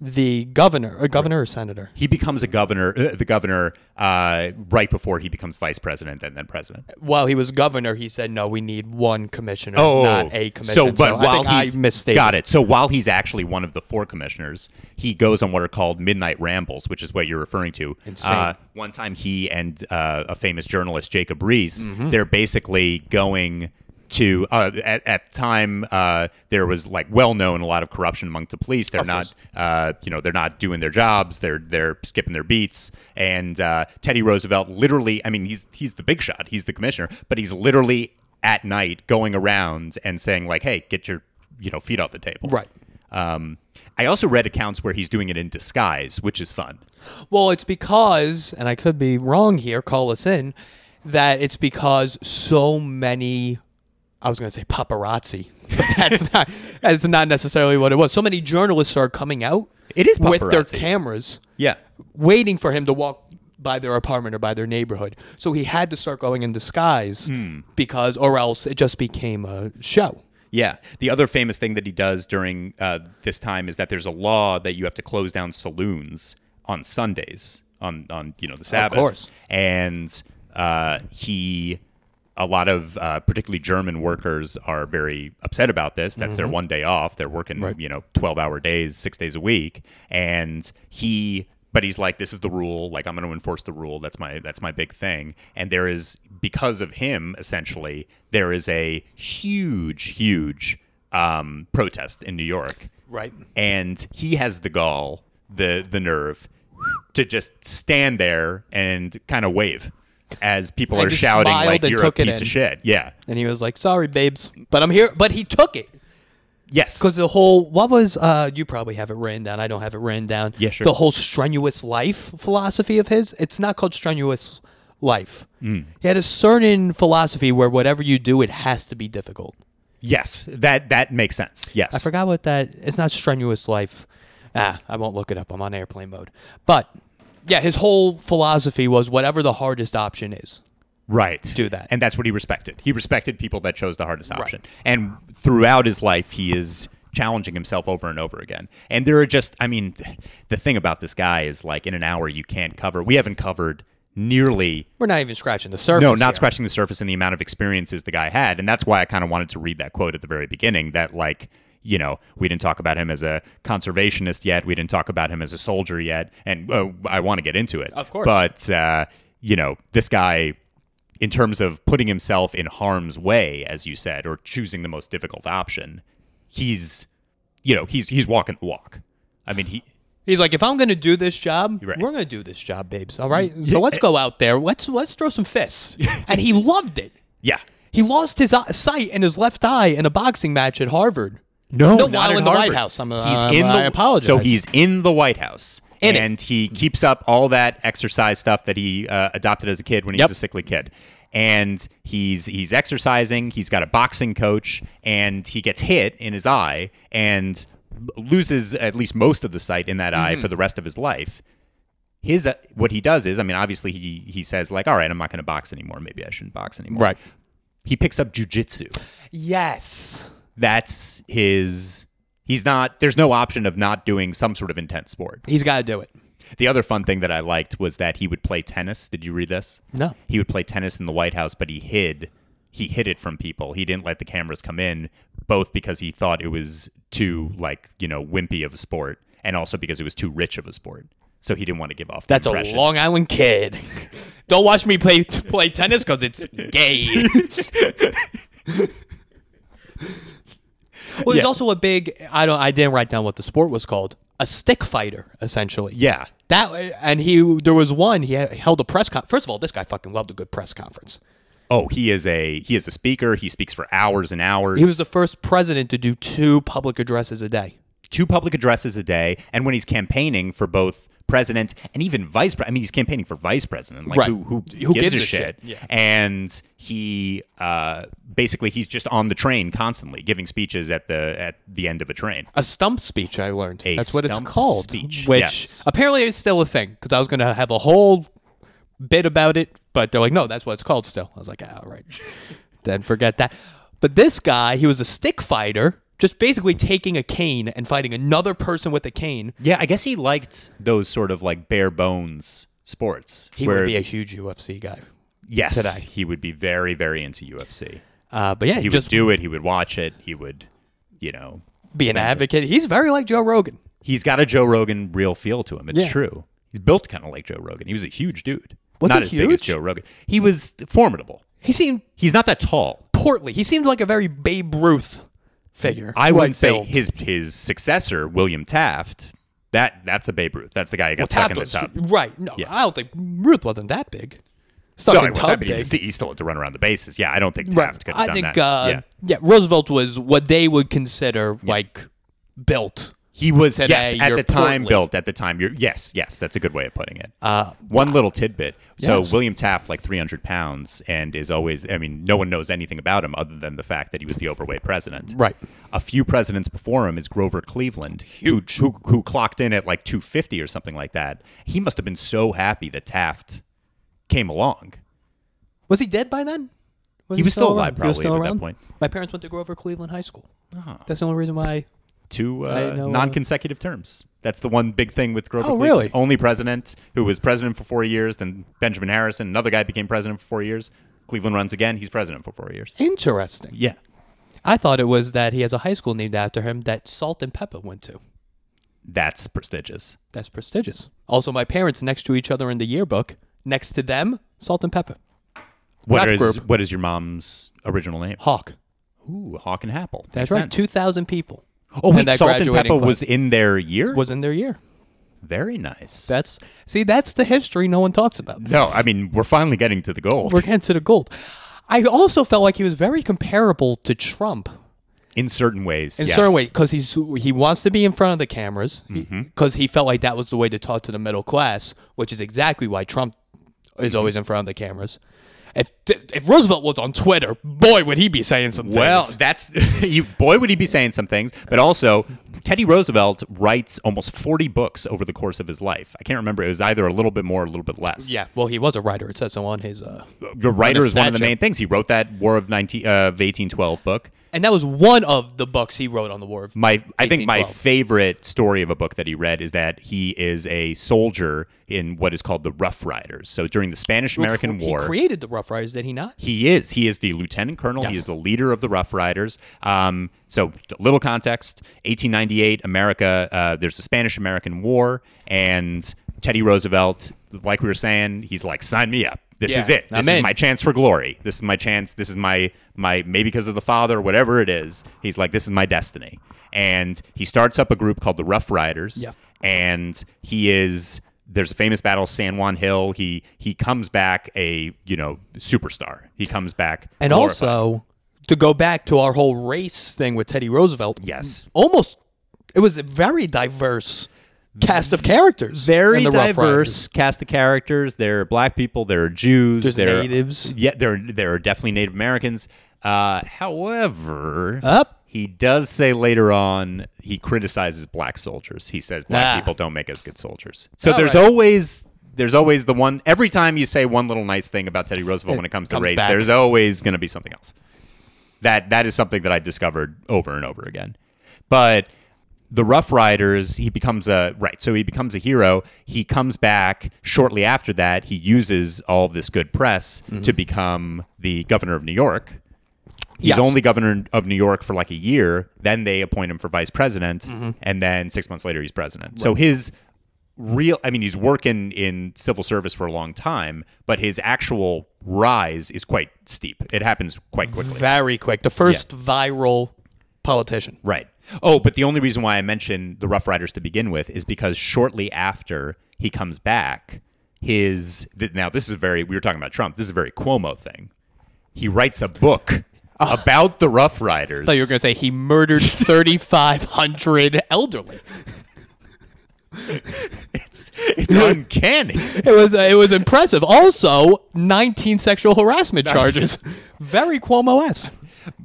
the governor, or governor or senator. he becomes a governor, uh, the governor, uh, right before he becomes vice president and then president. While he was governor, he said, "No, we need one commissioner, not a commission." Oh. So, but I while think I he's misstated. got it. So while he's actually one of the four commissioners, he goes on what are called midnight rambles, which is what you're referring to. Insane. Uh, one time, he and uh, a famous journalist, Jacob Rees, Mm-hmm. they're basically going to uh, at, at the time uh, there was like well known a lot of corruption among the police. They're not uh, you know they're not doing their jobs. They're they're skipping their beats. And uh, Teddy Roosevelt literally, I mean he's he's the big shot. He's the commissioner, but he's literally at night going around and saying like, hey, get your you know feet off the table. Right. Um, I also read accounts where he's doing it in disguise, which is fun. Well, it's because, and I could be wrong here. Call us in. That it's because so many. I was going to say paparazzi. [LAUGHS] But that's not. That's not necessarily what it was. So many journalists are coming out. It is with their paparazzi. cameras. Yeah. waiting for him to walk by their apartment or by their neighborhood. So he had to start going in disguise because, or else it just became a show. Yeah. The other famous thing that he does during uh, this time is that there's a law that you have to close down saloons on Sundays on on you know the Sabbath. course. And uh, he, a lot of uh, particularly German workers are very upset about this. That's their one day off. They're working you know twelve hour days, six days a week, and he. But he's like, this is the rule. Like, I'm going to enforce the rule. That's my that's my big thing. And there is because of him, essentially, there is a huge, huge um, protest in New York Right. and he has the gall, the the nerve, to just stand there and kind of wave as people And are just shouting smiled like and you're a took it piece in. of shit. Yeah. And he was like, sorry, babes, but I'm here. But he took it. Yes. Because the whole, what was, uh, you probably have it written down. I don't have it written down. Yeah, sure. The whole strenuous life philosophy of his, it's not called strenuous life. Mm. He had a certain philosophy where whatever you do, it has to be difficult. Yes. That that makes sense. Yes. I forgot what that. It's not strenuous life. Ah, I won't look it up. I'm on airplane mode. But yeah, his whole philosophy was whatever the hardest option is. Right. do that. And that's what he respected. He respected people that chose the hardest option. And throughout his life, he is challenging himself over and over again. And there are just, I mean, the thing about this guy is like in an hour, you can't cover. We haven't covered nearly We're not even scratching the surface. No, not here. scratching the surface in the amount of experiences the guy had. And that's why I kind of wanted to read that quote at the very beginning that, like, you know, we didn't talk about him as a conservationist yet. We didn't talk about him as a soldier yet. And uh, I want to get into it. Of course. But, uh, you know, this guy, in terms of putting himself in harm's way, as you said, or choosing the most difficult option, he's, you know, he's, he's walking the walk. I mean, he, He's like, if I'm gonna do this job, Right. we're gonna do this job, babes. All right. So let's go out there. Let's let's throw [LAUGHS] some fists. and he loved it. yeah. He lost his eye, sight and his left eye in a boxing match at Harvard. no, not while at in the White Harvard. House. I'm, uh, he's I'm- in the. I apologize. So he's in the White House, In it. and he keeps up all that exercise stuff that he uh, adopted as a kid when he's Yep. was a sickly kid. And he's he's exercising. He's got a boxing coach, and he gets hit in his eye and l- loses at least most of the sight in that eye Mm-hmm. for the rest of his life. His uh, what he does is, I mean, obviously he he says like, all right, I'm not going to box anymore. Maybe I shouldn't box anymore. Right. He picks up jujitsu yes. that's his he's not there's no option of not doing some sort of intense sport He's got to do it. the other fun thing that i liked was that he would play tennis did you read this No. he would play tennis in the white house but he hid he hid it from people he didn't let the cameras come in both because he thought it was too like you know wimpy of a sport and also because it was too rich of a sport so he didn't want to give off. the That's a impression. Long Island kid. [LAUGHS] Don't watch me play play tennis because it's [LAUGHS] gay. well, there's Yeah. also a big. I don't. I didn't write down what the sport was called. A stick fighter, essentially. Yeah, That and he. There was one. He had- held a press con. First of all, this guy fucking loved a good press conference. Oh, he is a he is a speaker. He speaks for hours and hours. He was the first president to do two public addresses a day. two public addresses a day, and when he's campaigning for both president and even vice, pre- I mean, he's campaigning for vice president. Like Right. who who, Who gives a shit? Yeah. And he uh, basically he's just on the train constantly giving speeches at the at the end of a train. A stump speech, I learned. A That's what it's stump called. speech, Which yes. apparently is still a thing because I was going to have a whole bit about it, but they're like, no, that's what it's called still. I was like, ah, all right. [LAUGHS] then forget that. But this guy, he was a stick fighter, just basically taking a cane and fighting another person with a cane. Yeah, I guess he liked those sort of like bare bones sports. He where- would be a huge UFC guy. yes, today. he would be very very into UFC. Uh, but yeah, He just would do it. He would watch it. He would, you know, be an advocate. He's very like Joe Rogan. he's got a Joe Rogan real feel to him. It's Yeah. true. He's built kind of like Joe Rogan. He was a huge dude. Was not he as big as huge? Joe Rogan. He was formidable. He seemed He's not that tall. portly. He seemed like a very Babe Ruth figure. I like wouldn't say build. his his successor, William Taft. That that's a Babe Ruth. That's the guy who got stuck Taft in the was- tub. Right. No, Yeah. I don't think Ruth wasn't that big. Stuck No, in it was tub but he, big. was- he still had to run around the bases. Yeah, I don't think Taft Right. could have I done think that. uh yeah. yeah, Roosevelt was what they would consider like built. He was today, yes at you're the time portly. built at the time. You're yes yes. That's a good way of putting it. Uh, One little tidbit. Yes. So William Taft like 300 pounds and is always. I mean, no one knows anything about him other than the fact that he was the overweight president. Right. A few presidents before him is Grover Cleveland, huge, who, who who clocked in at like 250 or something like that. He must have been so happy that Taft came along. Was he dead by then? He was still alive around? He was probably still at that around? point. Uh-huh. My parents went to Grover Cleveland High School. That's the only reason why. two I uh, know, uh, non-consecutive terms. That's the one big thing with Grover Oh, Cleveland. really? Only president who was president for four years. Then Benjamin Harrison, another guy, became president for four years. Cleveland runs again. He's president for four years. Interesting. Yeah. I thought it was that he has a high school named after him that Salt and Pepper went to. That's prestigious. That's prestigious. Also, my parents next to each other in the yearbook. Next to them, Salt and Pepper. What is Rap group. what is your mom's original name? Hawk. Ooh, Hawk and Apple. Makes That's right. sense. Two thousand people. Oh, And wait, that Salt and graduating Peppa class was in their year. was in their year. Very nice. That's see, that's the history no one talks about. no, I mean we're finally getting to the gold [LAUGHS] We're getting to the gold. I also felt like he was very comparable to Trump in certain ways. in yes. Mm-hmm. certain way because he's he wants to be in front of the cameras because he felt like that was the way to talk to the middle class, which is exactly why Trump is Mm-hmm. always in front of the cameras. If if Roosevelt was on Twitter, boy, would he be saying some Well, things. that's [LAUGHS] you. Boy, would he be saying some things. But also, Teddy Roosevelt writes almost forty books over the course of his life. I can't remember. It was either a little bit more, or a little bit less. Yeah, well, he was a writer. It says so on his, uh, the writer On a is one of the statue. main things. He wrote that War of nineteen uh, of eighteen twelve book. and that was one of the books he wrote on the war. Of My, I think my 1812. favorite story of a book that he read is that he is a soldier in what is called the Rough Riders. So during the Spanish-American he War, created the Rough Riders, did he not? He is. He is the lieutenant colonel. He Yes. is the leader of the Rough Riders. Um, so, a little context 1898, America, uh, there's the Spanish American War, and Teddy Roosevelt, like we were saying, he's like, sign me up. This Yeah, is it. This I'm is in." my chance for glory. This is my chance. This is my, my, maybe because of the father, whatever it is. He's like, this is my destiny. And he starts up a group called the Rough Riders Yeah. and he is there's a famous battle San Juan Hill he he comes back a you know superstar he comes back And glorified. also to go back to our whole race thing with Teddy Roosevelt. Yes. Almost it was a very diverse cast of characters. very in the Rough Riders. diverse cast of characters there are black people there are Jews There's there natives. yeah there there are definitely Native Americans uh, however Up. he does say later on he criticizes black soldiers he says black Ah. people don't make as good soldiers so All there's right. always there's always the one every time you say one little nice thing about Teddy Roosevelt when it comes to comes race back. there's always going to be something else that that is something that I discovered over and over again. But the Rough Riders, he becomes a right, so he becomes a hero. He comes back shortly after that. He uses all of this good press to become the governor of New York. He's Yes. only governor of New York for like a year. Then they appoint him for vice president, and then six months later he's president. So his real I mean he's working in civil service for a long time, but his actual rise is quite steep. It happens quite quickly. Very quick. The first viral politician. Right. Oh, but the only reason why I mentioned the Rough Riders to begin with is because shortly after he comes back, his th- now this is a very we were talking about Trump. This is a very Cuomo thing. He writes a [LAUGHS] book about the Rough Riders. I Oh. thought Oh, you were going to say he [LAUGHS] murdered 3,500 elderly. it's, [LAUGHS] it's uncanny. It was it was impressive. Also, 19 sexual harassment charges. Very Cuomo-esque.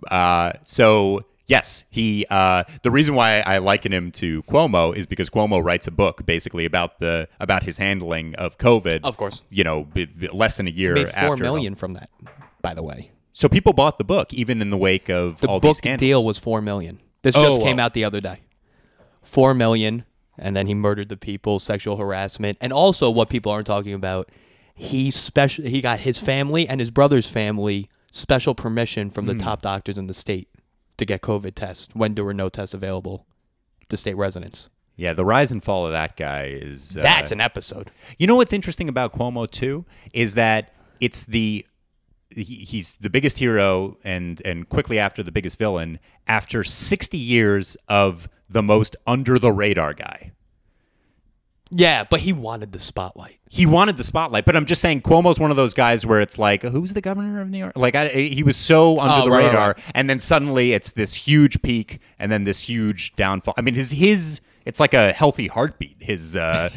Uh, so yes, he. Uh, the reason why I liken him to Cuomo is because Cuomo writes a book basically about the about his handling of COVID. Of course. you know, b- b- less than a year Made after. four million from that, by the way. So people bought the book even in the wake of The all these book scandals. deal was four million. This Oh, just came wow. out the other day. Four million, and then he murdered the people, sexual harassment, and also what people aren't talking about. He special. He got his family and his brother's family special permission from Hmm. the top doctors in the state to get COVID tests when there were no tests available to state residents. yeah, the rise and fall of that guy is. Uh, That's an episode. You know what's interesting about Cuomo too is that it's the he, he's the biggest hero and and quickly after the biggest villain after 60 years of the most under the radar guy. Yeah, but he wanted the spotlight. He wanted the spotlight, but I'm just saying Cuomo's one of those guys where it's like, who's the governor of New York? Like I, he was so under Oh, the right, right, radar, right. and then suddenly it's this huge peak and then this huge downfall. I mean, his his it's like a healthy heartbeat. His [LAUGHS] uh,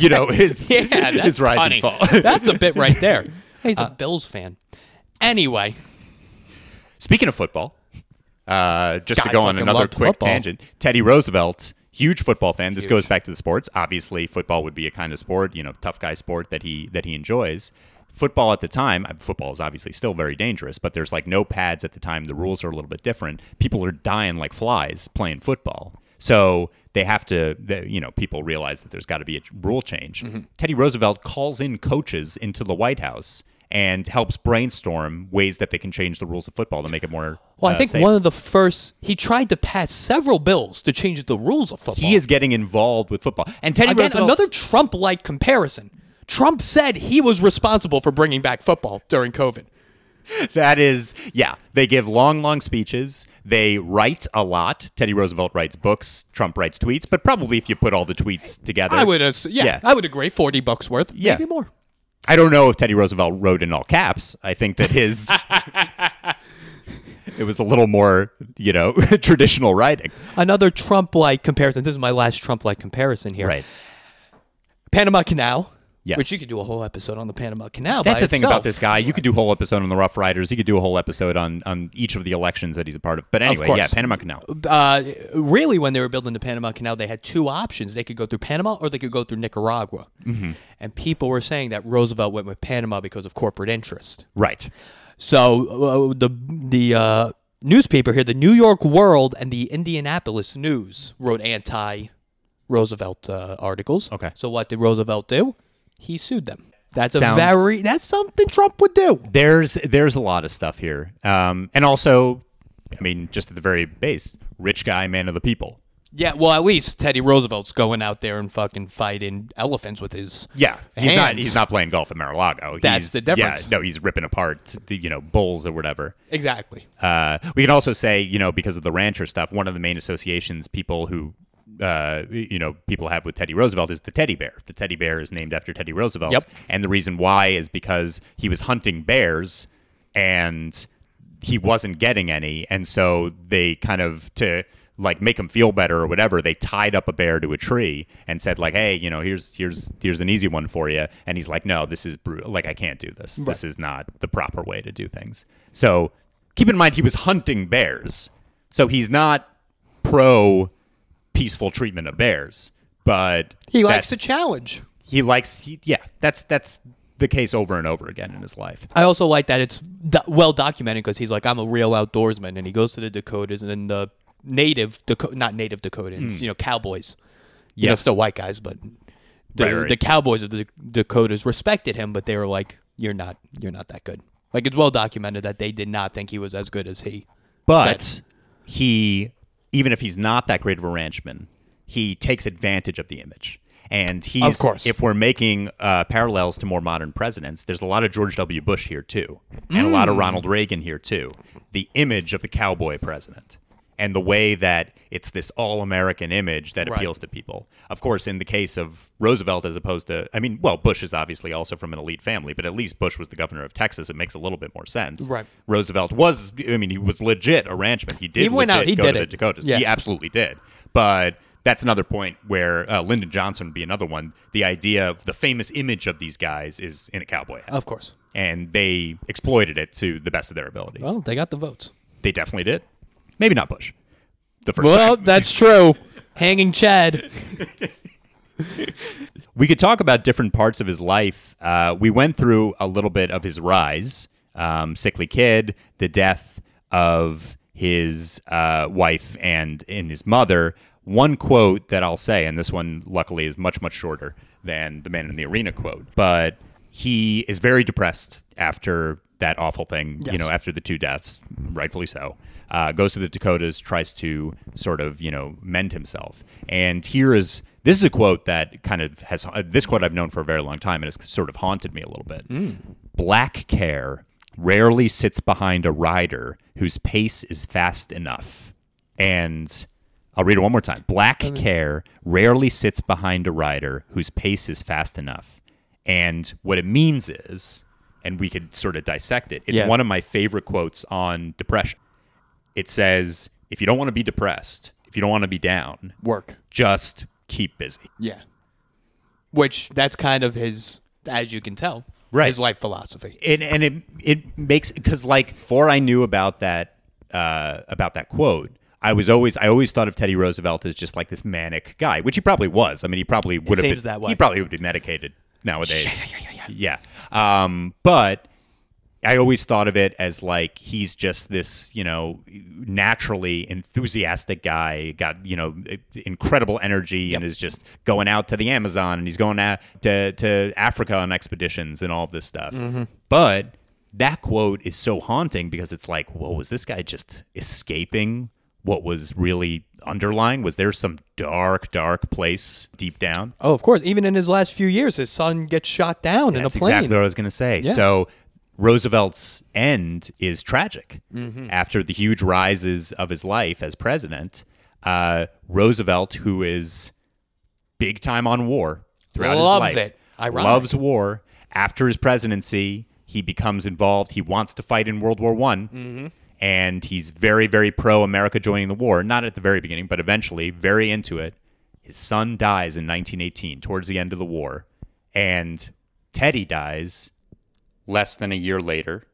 you know [LAUGHS] his his rise and fall. [LAUGHS] that's a bit [LAUGHS] right there. He's a Bills fan. Anyway, Speaking of football, uh, just to God go on fucking another loved quick football. tangent, Teddy Roosevelt, huge football fan. This goes back to the sports. Obviously, football would be a kind of sport, you know, tough guy sport that he that he enjoys. Football at the time, uh, football is obviously still very dangerous, but there's like no pads at the time. The rules are a little bit different. People are dying like flies playing football. So they have to, the- you know, people realize that there's got to be a ch- rule change. Mm-hmm. Teddy Roosevelt calls in coaches into the White House and helps brainstorm ways that they can change the rules of football to make it more. well, I uh, think safe. one of the first he tried to pass several bills to change the rules of football. he is getting involved with football. And Teddy again Roosevelt, another Trump-like comparison. Trump said he was responsible for bringing back football during COVID. that is, yeah, they give long, long speeches. They write a lot. Teddy Roosevelt writes books. Trump writes tweets. But probably if you put all the tweets together, I would, ass- yeah, Yeah. I would agree. Forty bucks worth, Yeah. maybe more. I don't know if Teddy Roosevelt wrote in all caps. I think that [LAUGHS] his it was a little more, you know, [LAUGHS] traditional writing. Another Trump-like comparison. This is my last Trump-like comparison here. Right. Panama Canal. Yes. Which you could do a whole episode on the Panama Canal. That's by the thing about itself. this guy. You could do a whole episode on the Rough Riders. You could do a whole episode on on each of the elections that he's a part of. But anyway, yeah, course. Panama Canal. Uh, really, when they were building the Panama Canal, they had two options. They could go through Panama or they could go through Nicaragua. Mm-hmm. And people were saying that Roosevelt went with Panama because of corporate interest. Right. So uh, the the uh, newspaper here, the New York World and the Indianapolis News, wrote anti Roosevelt uh, articles. Okay. So what did Roosevelt do? He sued them. That's Sounds- a very that's something Trump would do. There's there's a lot of stuff here. Um, and also, I mean, just at the very base, rich guy, man of the people. Yeah, well, at least Teddy Roosevelt's going out there and fucking fighting elephants with his. Yeah, he's not Hands. he's not playing golf at Mar-a-Lago. That's he's, the difference. Yeah, no, he's ripping apart the, you know bulls or whatever. Exactly. Uh, we can also say, you know, because of the rancher stuff, one of the main associations people who, uh, you know, people have with Teddy Roosevelt is the teddy bear. The teddy bear is named after Teddy Roosevelt. Yep. And the reason why is because he was hunting bears and he wasn't getting any. And so they kind of, to like make him feel better or whatever, they tied up a bear to a tree and said like, Hey, you know, here's, here's, here's an easy one for you. And he's like, no, this is brutal. Like, I can't do this. This is not the proper way to do things. So keep in mind he was hunting bears so he's not pro peaceful treatment of bears but He likes to that's- challenge. he likes he, yeah that's that's the case over and over again in his life I also like that it's do- well documented because he's like, I'm a real outdoorsman, and he goes to the Dakotas and then the native Daco- not native Dakotans, you know, cowboys. You Yeah. know, still white guys, but the, Right, right. the cowboys of the Dakotas respected him, but they were like, "You're not, you're not that good." Like it's well documented that they did not think he was as good as he. but said. he even if he's not that great of a ranchman he takes advantage of the image And he's, course. if we're making uh, parallels to more modern presidents, there's a lot of George W. Bush here too, and a Mm. lot of Ronald Reagan here too. The image of the cowboy president and the way that it's this all American image that Right. appeals to people. Of course, in the case of Roosevelt, as opposed to, I mean, well, Bush is obviously also from an elite family, but at least Bush was the governor of Texas. It makes a little bit more sense. Right. Roosevelt was, I mean, he was legit a ranchman. He did He went legit out, he go did to the it. Dakotas. Yeah. He absolutely did. But that's another point where uh, Lyndon Johnson would be another one. The idea of the famous image of these guys is in a cowboy hat. Of course. And they exploited it to the best of their abilities. Well, they got the votes. They definitely did. Maybe not Bush. The first time. Well, that's true. [LAUGHS] Hanging Chad. We could talk about different parts of his life. Uh, we went through a little bit of his rise, um, sickly kid, the death of his uh, wife and in his mother. One quote that I'll say, and this one luckily is much much shorter than the man in the arena quote, but he is very depressed after that awful thing. You Yes. know, after the two deaths, rightfully so, uh, goes to the Dakotas, tries to sort of, you know, mend himself. And here is this is a quote that kind of has uh, this quote I've known for a very long time and has sort of haunted me a little bit. Black care rarely sits behind a rider whose pace is fast enough. And I'll read it one more time. Black care rarely sits behind a rider whose pace is fast enough. And what it means is, and we could sort of dissect it, it's Yeah. one of my favorite quotes on depression. It says, if you don't want to be depressed, if you don't want to be down, Work. just keep busy. Yeah. Which that's kind of his, as you can tell, Right. his life philosophy. and and it it makes because like before I knew about that uh, about that quote, I was always I always thought of Teddy Roosevelt as just like this manic guy, which he probably was. I mean, he probably would have seems been, that way. He probably would be medicated nowadays. Yeah, yeah, yeah, yeah. yeah. Um, but I always thought of it as like he's just this, you know, naturally enthusiastic guy, got, you know, incredible energy and is just going out to the Amazon and he's going out to, to Africa on expeditions and all of this stuff. But that quote is so haunting because it's like, well, was this guy just escaping what was really underlying? Was there some dark, dark place deep down? Oh, of course. Even in his last few years, his son gets shot down in a That's plane. exactly what I was going to say. So Roosevelt's end is tragic. Mm-hmm. After the huge rises of his life as president, uh, Roosevelt, who is big time on war throughout Loves his life, it. Ironic. loves war. After his presidency, he becomes involved. He wants to fight in World War One. Mm-hmm. And he's very, very pro America joining the war. Not at the very beginning, but eventually, very into it. His son dies in 1918, towards the end of the war. And Teddy dies less than a year later.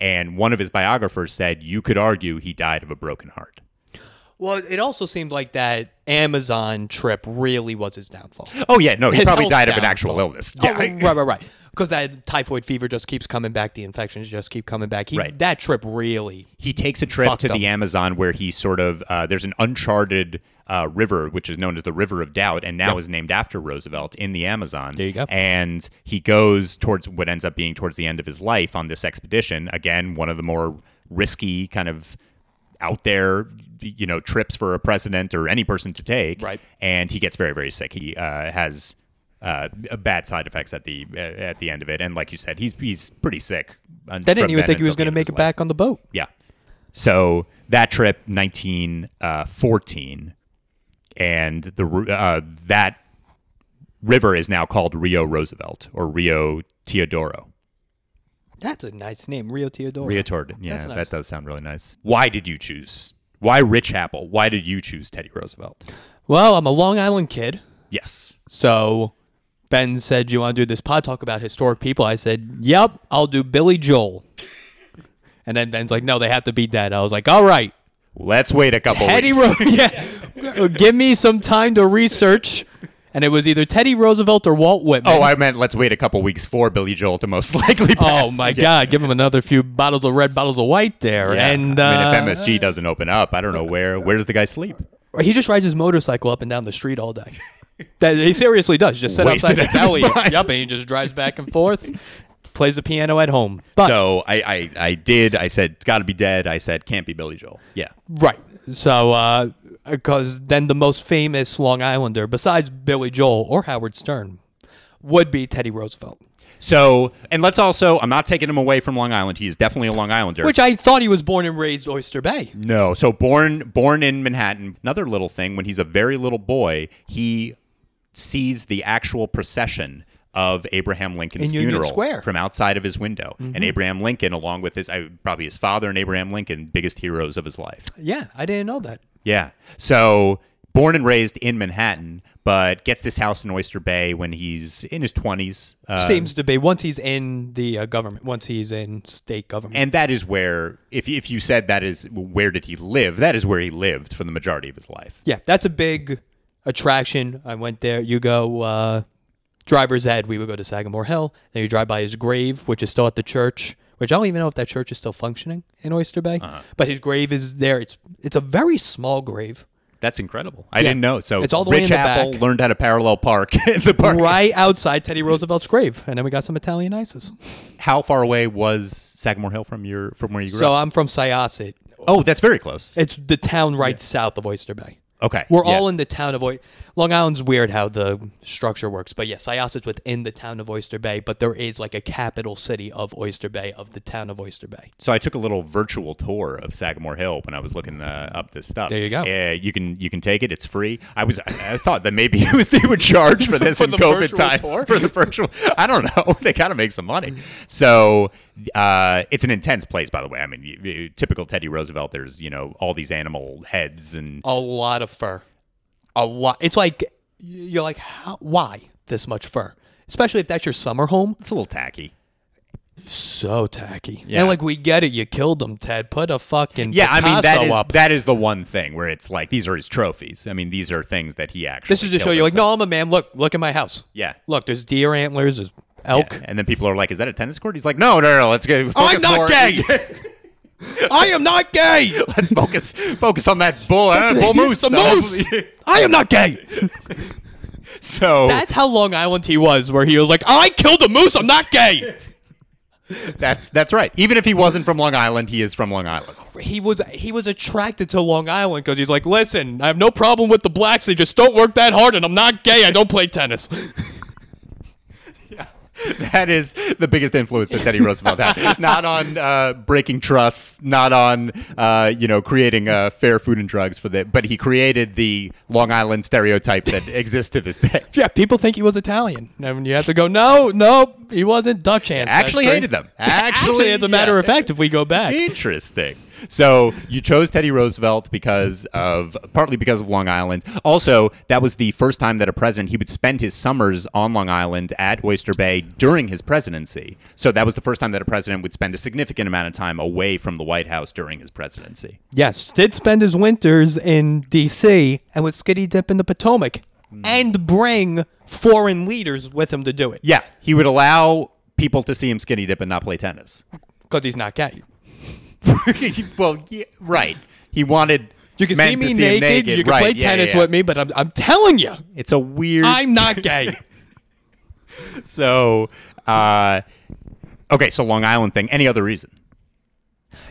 And one of his biographers said, You could argue he died of a broken heart. Well, it also seemed like that Amazon trip really was his downfall. Oh, yeah, no, he His probably health died of an downfall. actual illness. Oh, Yeah, I- right, right, [LAUGHS] right. Because that typhoid fever just keeps coming back. The infections just keep coming back. He, Right. That trip really. he takes a trip Fucked to up. the Amazon where he sort of uh, there's an uncharted uh, river which is known as the River of Doubt and now is named after Roosevelt in the Amazon. There you go. And he goes towards what ends up being towards the end of his life on this expedition. Again, one of the more risky kind of out there, you know, trips for a president or any person to take. Right. And he gets very very sick. He uh, has. Uh, bad side effects at the uh, at the end of it, and like you said, he's he's pretty sick. They I didn't even think he was going to make it back on the boat. yeah. So that trip, 1914, and the ru- uh, that river is now called Rio Roosevelt or Rio Teodoro. That's a nice name, Rio Teodoro. Rio Teodoro. Yeah, That's nice. that does sound really nice. Why did you choose? Why Rich Apple? Why did you choose Teddy Roosevelt? well, I'm a Long Island kid. Yes. So Ben said, You want to do this pod talk about historic people? I said, Yep, I'll do Billy Joel. And then Ben's like, No, they have to beat that. I was like, All right. Let's wait a couple Teddy weeks. Roosevelt. [LAUGHS] yeah. Give me some time to research. And it was either Teddy Roosevelt or Walt Whitman. [LAUGHS] oh, I meant let's wait a couple weeks for Billy Joel to most [LAUGHS] likely pass. Oh, my God. Give him another few bottles of red, bottles of white there. Yeah. And I uh, mean, if MSG doesn't open up, I don't know where. Where does the guy sleep? he just rides his motorcycle up and down the street all day. [LAUGHS] That, he seriously does. Just sit outside Wasted the out of his deli. mind. Yep, and he just drives back and forth, plays the piano at home. But so I, I, I did. I said, "Got to be dead." I said, "Can't be Billy Joel." Yeah, Right. So uh, because then the most famous Long Islander, besides Billy Joel or Howard Stern, would be Teddy Roosevelt, So, and let's also, I'm not taking him away from Long Island. He is definitely a Long Islander. which I thought he was born and raised Oyster Bay. no, so born born in Manhattan. Another little thing when he's a very little boy, he sees the actual procession of Abraham Lincoln's In Union funeral Square. Mm-hmm. from outside of his window. And Abraham Lincoln along with his I, probably his father and Abraham Lincoln biggest heroes of his life. Yeah, I didn't know that. Yeah. So born and raised in Manhattan, but gets this house in Oyster Bay when he's in his 20s. Uh, Seems to be once he's in the uh, government, once he's in state government. and that is where, if, if you said that is where did he live, that is where he lived for the majority of his life. yeah, that's a big attraction. I went there. You go uh, driver's ed. We would go to Sagamore Hill. Then you drive by his grave, which is still at the church. Which I don't even know if that church is still functioning in Oyster Bay. But his grave is there. It's it's a very small grave, That's incredible. I didn't know. So It's all the way Rich in the Apple back. learned how to parallel park [LAUGHS] in the park. right outside Teddy Roosevelt's grave. And then we got some Italian ices. How far away was Sagamore Hill from your from where you grew So up? I'm from Syosset. Oh, that's very close. It's the town right south of Oyster Bay. Okay, We're yeah. all in the town of Oy- Long Island's weird how the structure works, but yes, Syosset's within the town of Oyster Bay, but there is like a capital city of Oyster Bay of the town of Oyster Bay. So I took a little virtual tour of Sagamore Hill when I was looking uh, up this stuff. There you go. Yeah, you can you can take it. It's free. I was I, I thought that maybe [LAUGHS] it was- they would charge for this [LAUGHS] For in the COVID virtual times tour? for the virtual. I don't know. [LAUGHS] They got to make some money. So uh, it's an intense place, by the way. I mean, you- you- typical Teddy Roosevelt. There's you know all these animal heads and A lot of fur. A lot. It's like you're like how, why this much fur? Especially if that's your summer home. it's a little tacky. So tacky. Yeah. And like we get it, you killed him, Ted. Put a fucking Yeah, I mean that Picasso is up. that is the one thing where it's like these are his trophies. I mean these are things that he actually. this is to show killed you like, himself. no, I'm a man. Look, look at my house. Yeah. Look, there's deer antlers, there's elk. Yeah. And then people are like, "Is that a tennis court?" He's like, "No, no, no. Let's go. I'm focus not more- gay! [LAUGHS] I am not gay. [LAUGHS] let's focus focus on that bull, uh, bull moose. The moose. I am not gay. [LAUGHS] so That's how Long Island he was, where he was like, I killed a moose. I'm not gay. that's that's right. Even if he wasn't from Long Island, he is from Long Island. [LAUGHS] He was he was attracted to Long Island because he's like, listen, I have no problem with the blacks. They just don't work that hard, and I'm not gay. I don't play tennis. That is the biggest influence that Teddy Roosevelt [LAUGHS] had. Not on uh, breaking trusts, not on uh, you know creating uh, fair food and drugs for the, but he created the Long Island stereotype that [LAUGHS] exists to this day. [LAUGHS] yeah, people think he was Italian, and you have to go, no, no, he wasn't Dutch ancestry. Actually hated them. Actually, Actually, as a matter yeah. of fact, if we go back, Interesting. So you chose Teddy Roosevelt because of partly because of Long Island. Also, that was the first time that a president he would spend his summers on Long Island at Oyster Bay during his presidency. So that was the first time that a president would spend a significant amount of time away from the White House during his presidency. Yes, did spend his winters in D.C. and would skitty dip in the Potomac and bring foreign leaders with him to do it Yeah, he would allow people to see him skinny dip and not play tennis. [LAUGHS] because he's not gay. well, yeah, right. He wanted You can men see to me him naked, naked. you can right, play yeah, yeah, tennis yeah. with me, but I'm, I'm telling you, It's a weird. I'm not [LAUGHS] gay. So, uh, okay, so Long Island thing. Any other reason?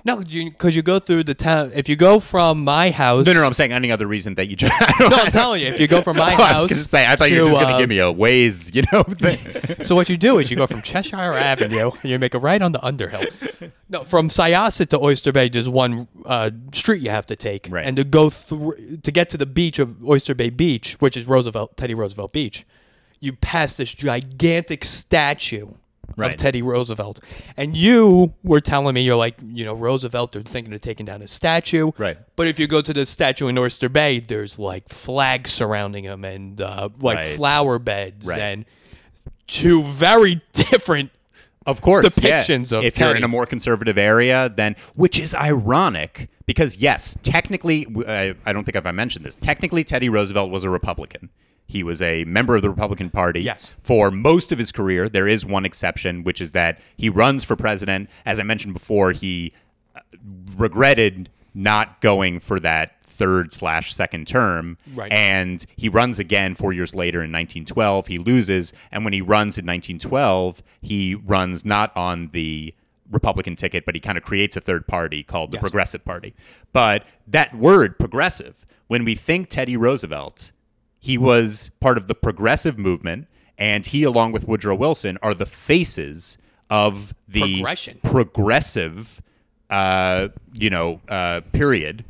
no, because you, go through the town. If you go from my house. No, no, no, I'm saying any other reason that you just. [LAUGHS] I don't- [LAUGHS] No, [LAUGHS] I'm telling you, if you [LAUGHS] go from my Oh, house. uh, I was going to say, I thought you were just going to give me a ways, you know, [LAUGHS] thing. So what you do is you go from Cheshire Avenue and you make a right on the Underhill. No, from Syosset to Oyster Bay, there's one uh, street you have to take, Right. and to go through to get to the beach of Oyster Bay Beach, which is Roosevelt Teddy Roosevelt Beach, you pass this gigantic statue. Right. Of Teddy Roosevelt, and you were telling me you're like you know Roosevelt. They're thinking of taking down his statue, Right. But if you go to the statue in Oyster Bay, there's like flags surrounding him and uh, like Right. flower beds Right. and two very [LAUGHS] different. Of course, yeah. Depictions of if you're Teddy. in a more conservative area, then which is ironic because yes, technically, w- I, I don't think I've mentioned this. Technically, Teddy Roosevelt was a Republican. He was a member of the Republican Party Yes. for most of his career. There is one exception, which is that he runs for president. As I mentioned before, he uh, regretted not going for that third slash second term Right. and he runs again four years later in 1912. He loses, and when he runs in 1912, he runs not on the Republican ticket, but he kind of creates a third party called the Yes. Progressive Party. But that word, progressive, when we think Teddy Roosevelt, he was part of the progressive movement, and he, along with Woodrow Wilson, are the faces of the Progression. progressive, uh, you know, uh, period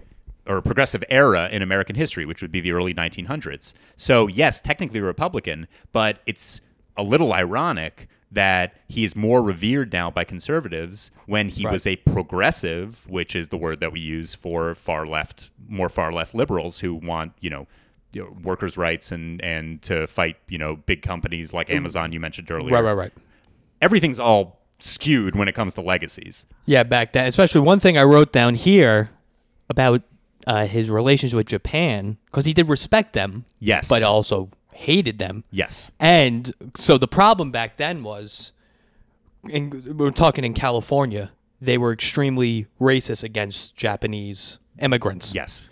or progressive era in American history, which would be the early 1900s. So yes, technically Republican, but it's a little ironic that he is more revered now by conservatives when he was a progressive, which is the word that we use for far left, more far left liberals who want, you know, you know, workers' rights and and to fight, you know, big companies like Amazon you mentioned earlier. Mm. Right, right, right. Everything's all skewed when it comes to legacies. Yeah, back then, especially one thing I wrote down here about uh, his relations with Japan, because he did respect them, Yes. but also hated them. Yes. And so the problem back then was, in, we're talking in California, they were extremely racist against Japanese immigrants. Yes.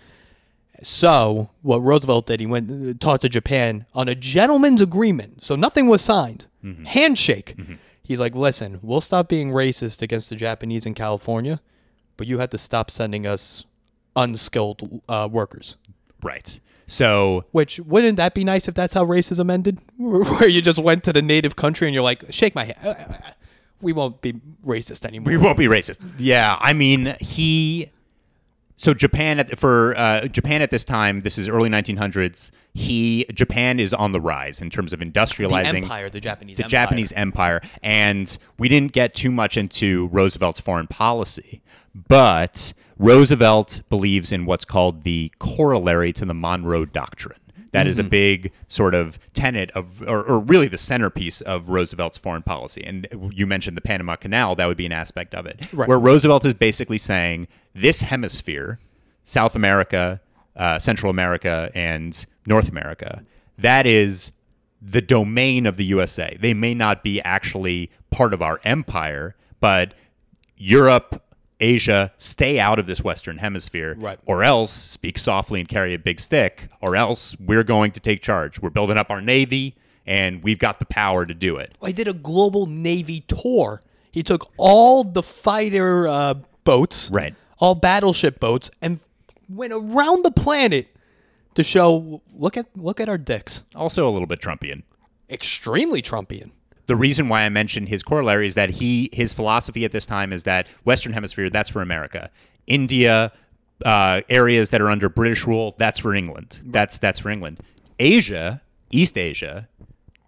So what Roosevelt did, he went uh, talked to Japan on a gentleman's agreement. So nothing was signed, Mm-hmm. handshake. He's like, listen, we'll stop being racist against the Japanese in California, but you have to stop sending us unskilled uh, workers. Right. So Which wouldn't that be nice if that's how racism ended, [LAUGHS] where you just went to the native country and you're like, shake my hand. uh, We won't be racist anymore. We won't be racist. Yeah, I mean he. So Japan at for uh, Japan at this time, this is early 1900s. He Japan is on the rise in terms of The industrializing empire, the Japanese the empire. Japanese empire. And we didn't get too much into Roosevelt's foreign policy, but Roosevelt believes in what's called the corollary to the Monroe Doctrine. That Mm-hmm. is a big sort of tenet of, or, or really the centerpiece of Roosevelt's foreign policy. And you mentioned the Panama Canal, that would be an aspect of it, Right. where Roosevelt is basically saying this hemisphere, South America, uh, Central America, and North America, that is the domain of the USA. They may not be actually part of our empire, but Europe, Asia, stay out of this Western hemisphere, Right. or else speak softly and carry a big stick, or else we're going to take charge. We're building up our navy, and we've got the power to do it. I did a global Navy tour. He took all the fighter uh, boats, Right. all battleship boats, and went around the planet to show. Look at look at our dicks. Also, a little bit Trumpian. Extremely Trumpian. the reason why I mentioned his corollary is that he his philosophy at this time is that Western Hemisphere that's for America, India, uh, areas that are under British rule that's for England. That's that's for England. Asia, East Asia,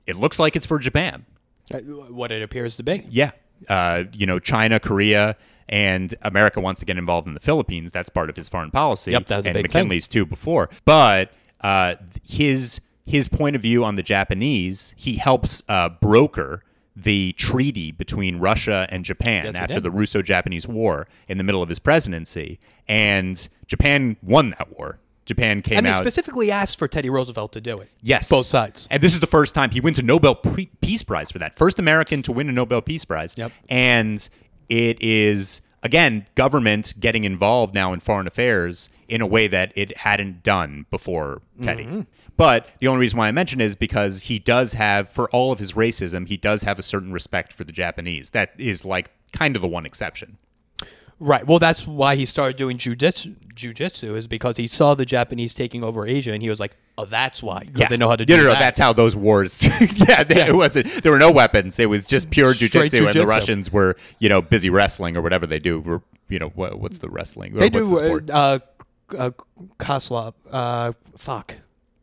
it looks like it's for Japan. Uh, What it appears to be. Yeah, uh, you know China, Korea, and America wants to get involved in the Philippines. That's part of his foreign policy. Yep, that was a and big thing. McKinley's too before. But uh, th- his his point of view on the Japanese, he helps uh, broker the treaty between Russia and Japan Yes, he after did. the Russo-Japanese War in the middle of his presidency, and Japan won that war. Japan came And they out. specifically asked for Teddy Roosevelt to do it. Yes. Both sides. And this is the first time he wins a Nobel Pre- Peace Prize for that. First American to win a Nobel Peace Prize. Yep. And it is, again, government getting involved now in foreign affairs in a way that it hadn't done before Teddy. Mm-hmm. But the only reason why I mention is because he does have, for all of his racism, he does have a certain respect for the Japanese. That is like kind of the one exception. Right. Well, that's why he started doing jujitsu. Jujitsu is because he saw the Japanese taking over Asia, and he was like, "Oh, that's why. 'cause They know how to do no, no, that." No, that's how those wars. [LAUGHS] yeah, they, it wasn't. There were no weapons. It was just pure Straight jujitsu, and the jujitsu. Russians were, you know, busy wrestling or whatever they do. Were, you know, what, what's the wrestling? Or They what's do the sport? uh, uh, uh, Koslov. Uh, fuck.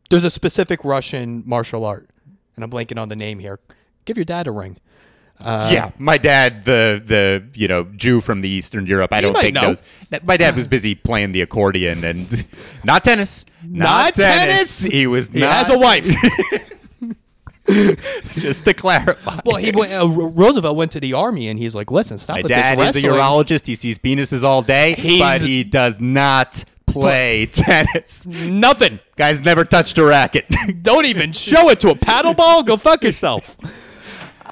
There's a specific Russian martial art, and I'm blanking on the name here. Give your dad a ring. uh, yeah, my dad, the the you know Jew from the Eastern Europe. I don't might think know. knows. that- My dad was busy playing the accordion and [LAUGHS] not tennis, not, Not tennis! He was. He not, has a wife. [LAUGHS] Just to clarify. [LAUGHS] well, he went, uh, Ro- Roosevelt went to the army, and he's like, "Listen, stop My with dad this is a wrestling." urologist. He sees penises all day, He's- but he does not play [LAUGHS] tennis. Nothing. Guy's never touched a racket. Don't [LAUGHS] even show it to a paddle ball. Go fuck yourself. [LAUGHS]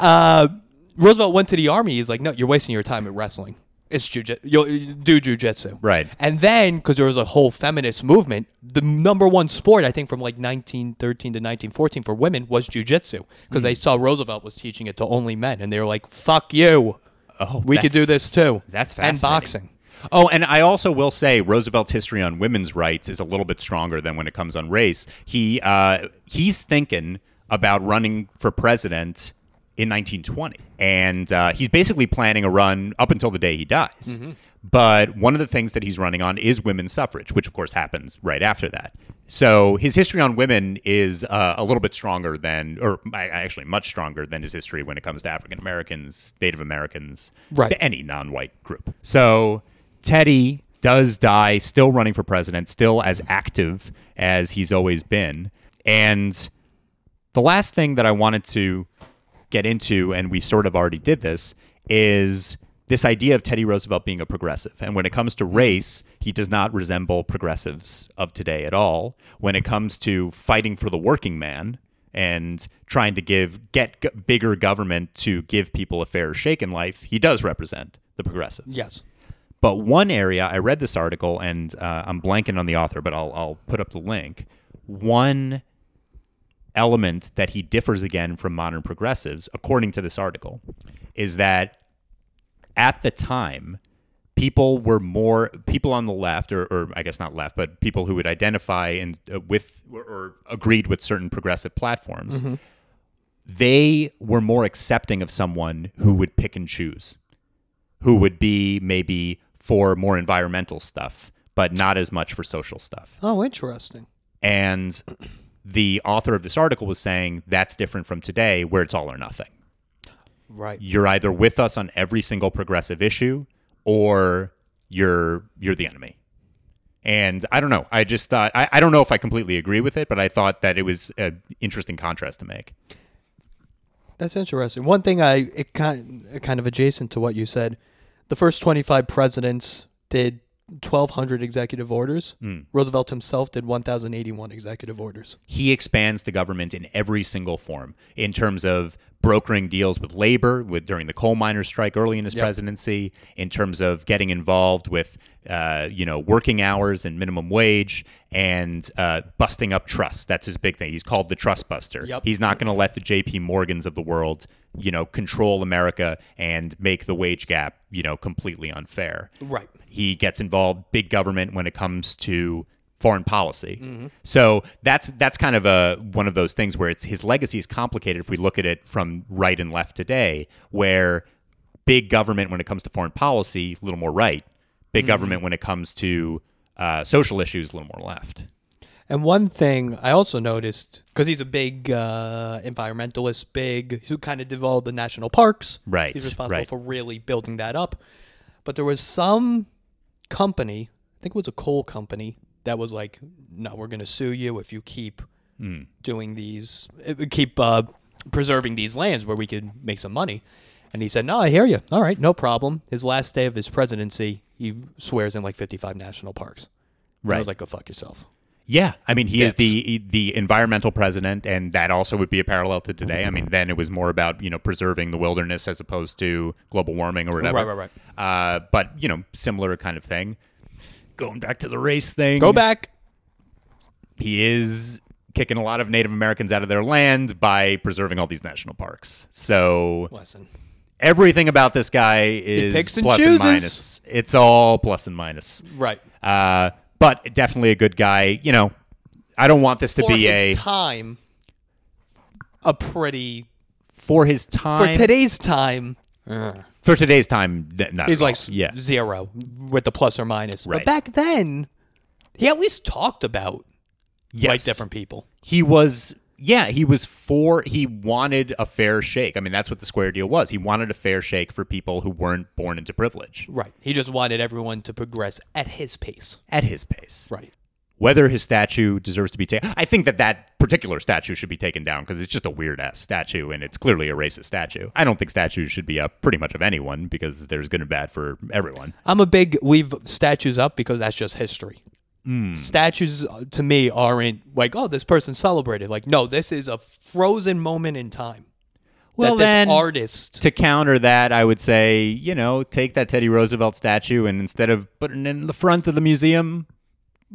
Uh, Roosevelt went to the army. He's like, no, you're wasting your time at wrestling. It's jujitsu. You'll you do jujitsu. Right. And then, because there was a whole feminist movement, the number one sport, I think, from like 1913 to 1914 for Hmm. women was jujitsu because they saw Roosevelt was teaching it to only men. And they were like, fuck you. Oh, We could that's do this too. that's And fascinating. boxing. Oh, and I also will say Roosevelt's history on women's rights is a little bit stronger than when it comes on race. He uh, he's thinking about running for president in 1920, and uh, he's basically planning a run up until the day he dies. But one of the things that he's running on is women's suffrage, which of course happens right after that. So his history on women is uh, a little bit stronger than, or uh, actually much stronger than his history when it comes to African Americans, Native Americans, Right. any non-white group. So Teddy does die, still running for president, still as active as he's always been. And the last thing that I wanted to get into, and we sort of already did this, is this idea of Teddy Roosevelt being a progressive. And when it comes to race, he does not resemble progressives of today at all. When it comes to fighting for the working man and trying to give get g- bigger government to give people a fair shake in life, he does represent the progressives. Yes. But one area, I read this article, and uh, I'm blanking on the author, but I'll, I'll put up the link. One element that he differs again from modern progressives, according to this article, is that at the time, people were more people on the left, or, or I guess not left, but people who would identify and uh, with or, or agreed with certain progressive platforms they were more accepting of someone who would pick and choose, who would be maybe for more environmental stuff, but not as much for social stuff. Oh, interesting. And the author of this article was saying that's different from today, where it's all or nothing. Right. You're either with us on every single progressive issue, or you're you're the enemy. And I don't know. I just thought I, I don't know if I completely agree with it, but I thought that it was an interesting contrast to make. That's interesting. One thing I it kind kind of adjacent to what you said, the first 25 presidents did 1200 executive orders. Roosevelt himself did 1081 executive orders. he expands the government in every single form in terms of brokering deals with labor with during the coal miners strike early in his presidency in terms of getting involved with uh, you know working hours and minimum wage and uh, busting up trusts that's his big thing he's called the trust buster Yep. he's not going to let the jp morgans of the world you know control america and make the wage gap you know completely unfair Right. he gets involved big government when it comes to foreign policy. So that's that's kind of a one of those things where it's his legacy is complicated if we look at it from right and left today where big government when it comes to foreign policy a little more right, big Hmm. government when it comes to uh, social issues a little more left. And one thing I also noticed cuz he's a big uh, environmentalist, big who kind of devolved the national parks. Right, He's responsible right. for really building that up. But there was some company, I think it was a coal company, that was like, "No, we're going to sue you if you keep Hmm. doing these, uh, keep uh, preserving these lands where we could make some money." And he said, "No, I hear you. All right, no problem." His last day of his presidency, he swears in like 55 national parks. And I Right. was like, "Go fuck yourself." Yeah, I mean, he is the e, the environmental president, and that also would be a parallel to today. I mean, then it was more about you know preserving the wilderness as opposed to global warming or whatever. Right, right, right. Uh, but you know, similar kind of thing. Going back to the race thing, Go back. He is kicking a lot of Native Americans out of their land by preserving all these national parks. So Lesson. everything about this guy is picks and plus chooses. minus. It's all plus and minus. Right. Uh, but definitely a good guy. You know, I don't want this to For be a his time, a pretty for his time for today's time. for today's time th- not He's at all. like s- yeah zero with the plus or minus. Right. But back then, he at least talked about yes. like different people. he was yeah he was for he wanted a fair shake i mean that's what the square deal was he wanted a fair shake for people who weren't born into privilege Right. He just wanted everyone to progress at his pace. at his pace Right. whether his statue deserves to be taken i think that that particular statue should be taken down because it's just a weird ass statue and it's clearly a racist statue i don't think statues should be up pretty much of anyone because there's good and bad for everyone I'm a big leave statues up because that's just history. Hmm. Statues uh, to me aren't like, oh, this person celebrated. Like, no, this is a frozen moment in time. Well, that then- this artist. to counter that, I would say, you know, take that Teddy Roosevelt statue and instead of putting it in the front of the museum,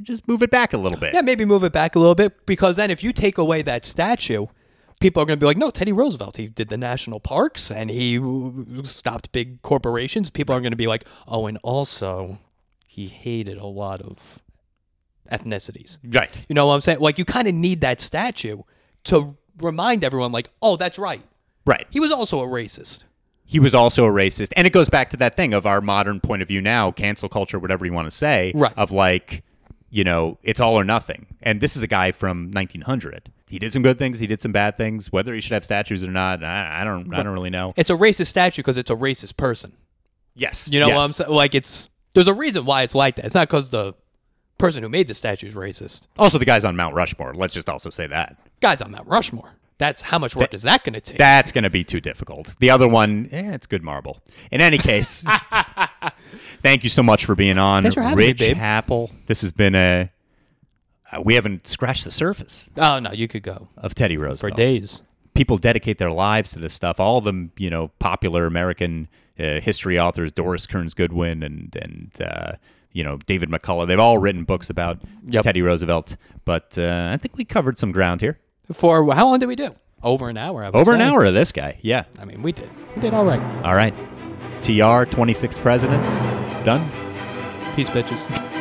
just move it back a little bit. Yeah, maybe move it back a little bit because then if you take away that statue, people are going to be like, no, Teddy Roosevelt, he did the national parks and he stopped big corporations. People are going to be like, oh, and also he hated a lot of ethnicities. Right. You know what I'm saying? Like, you kind of need that statue to remind everyone, like, oh, that's right. Right. He was also a racist. He was also a racist. And it goes back to that thing of our modern point of view now, cancel culture, whatever you want to say, Right. of like, you know, it's all or nothing. And this is a guy from 1900. He did some good things, he did some bad things. Whether he should have statues or not, I, I don't I don't really know. It's a racist statue because it's a racist person. Yes. You know yes. what I'm saying? Like, it's there's a reason why it's like that. It's not because the person who made the statue is racist. Also, the guy's on Mount Rushmore. Let's just also say that. Guys on Mount Rushmore. That's how much work is that going to [LAUGHS] take? That's going to be too difficult. The other one, eh, it's good marble. In any [LAUGHS] case, thank you so much for being on, Thanks for having me, Rich babe. Happel. This has been a. Uh, we haven't scratched the surface oh no, you could go of Teddy Roosevelt. for days. People dedicate their lives to this stuff. All the you know popular American uh, history authors, Doris Kearns Goodwin and and uh, you know David McCullough, they've all written books about Yep. Teddy Roosevelt. But uh, I think we covered some ground here. For how long did we do? Over an hour. I would Over an say. hour of this guy, yeah. I mean, we did. We did all right. All right. TR, 26th president. Done. Peace, bitches.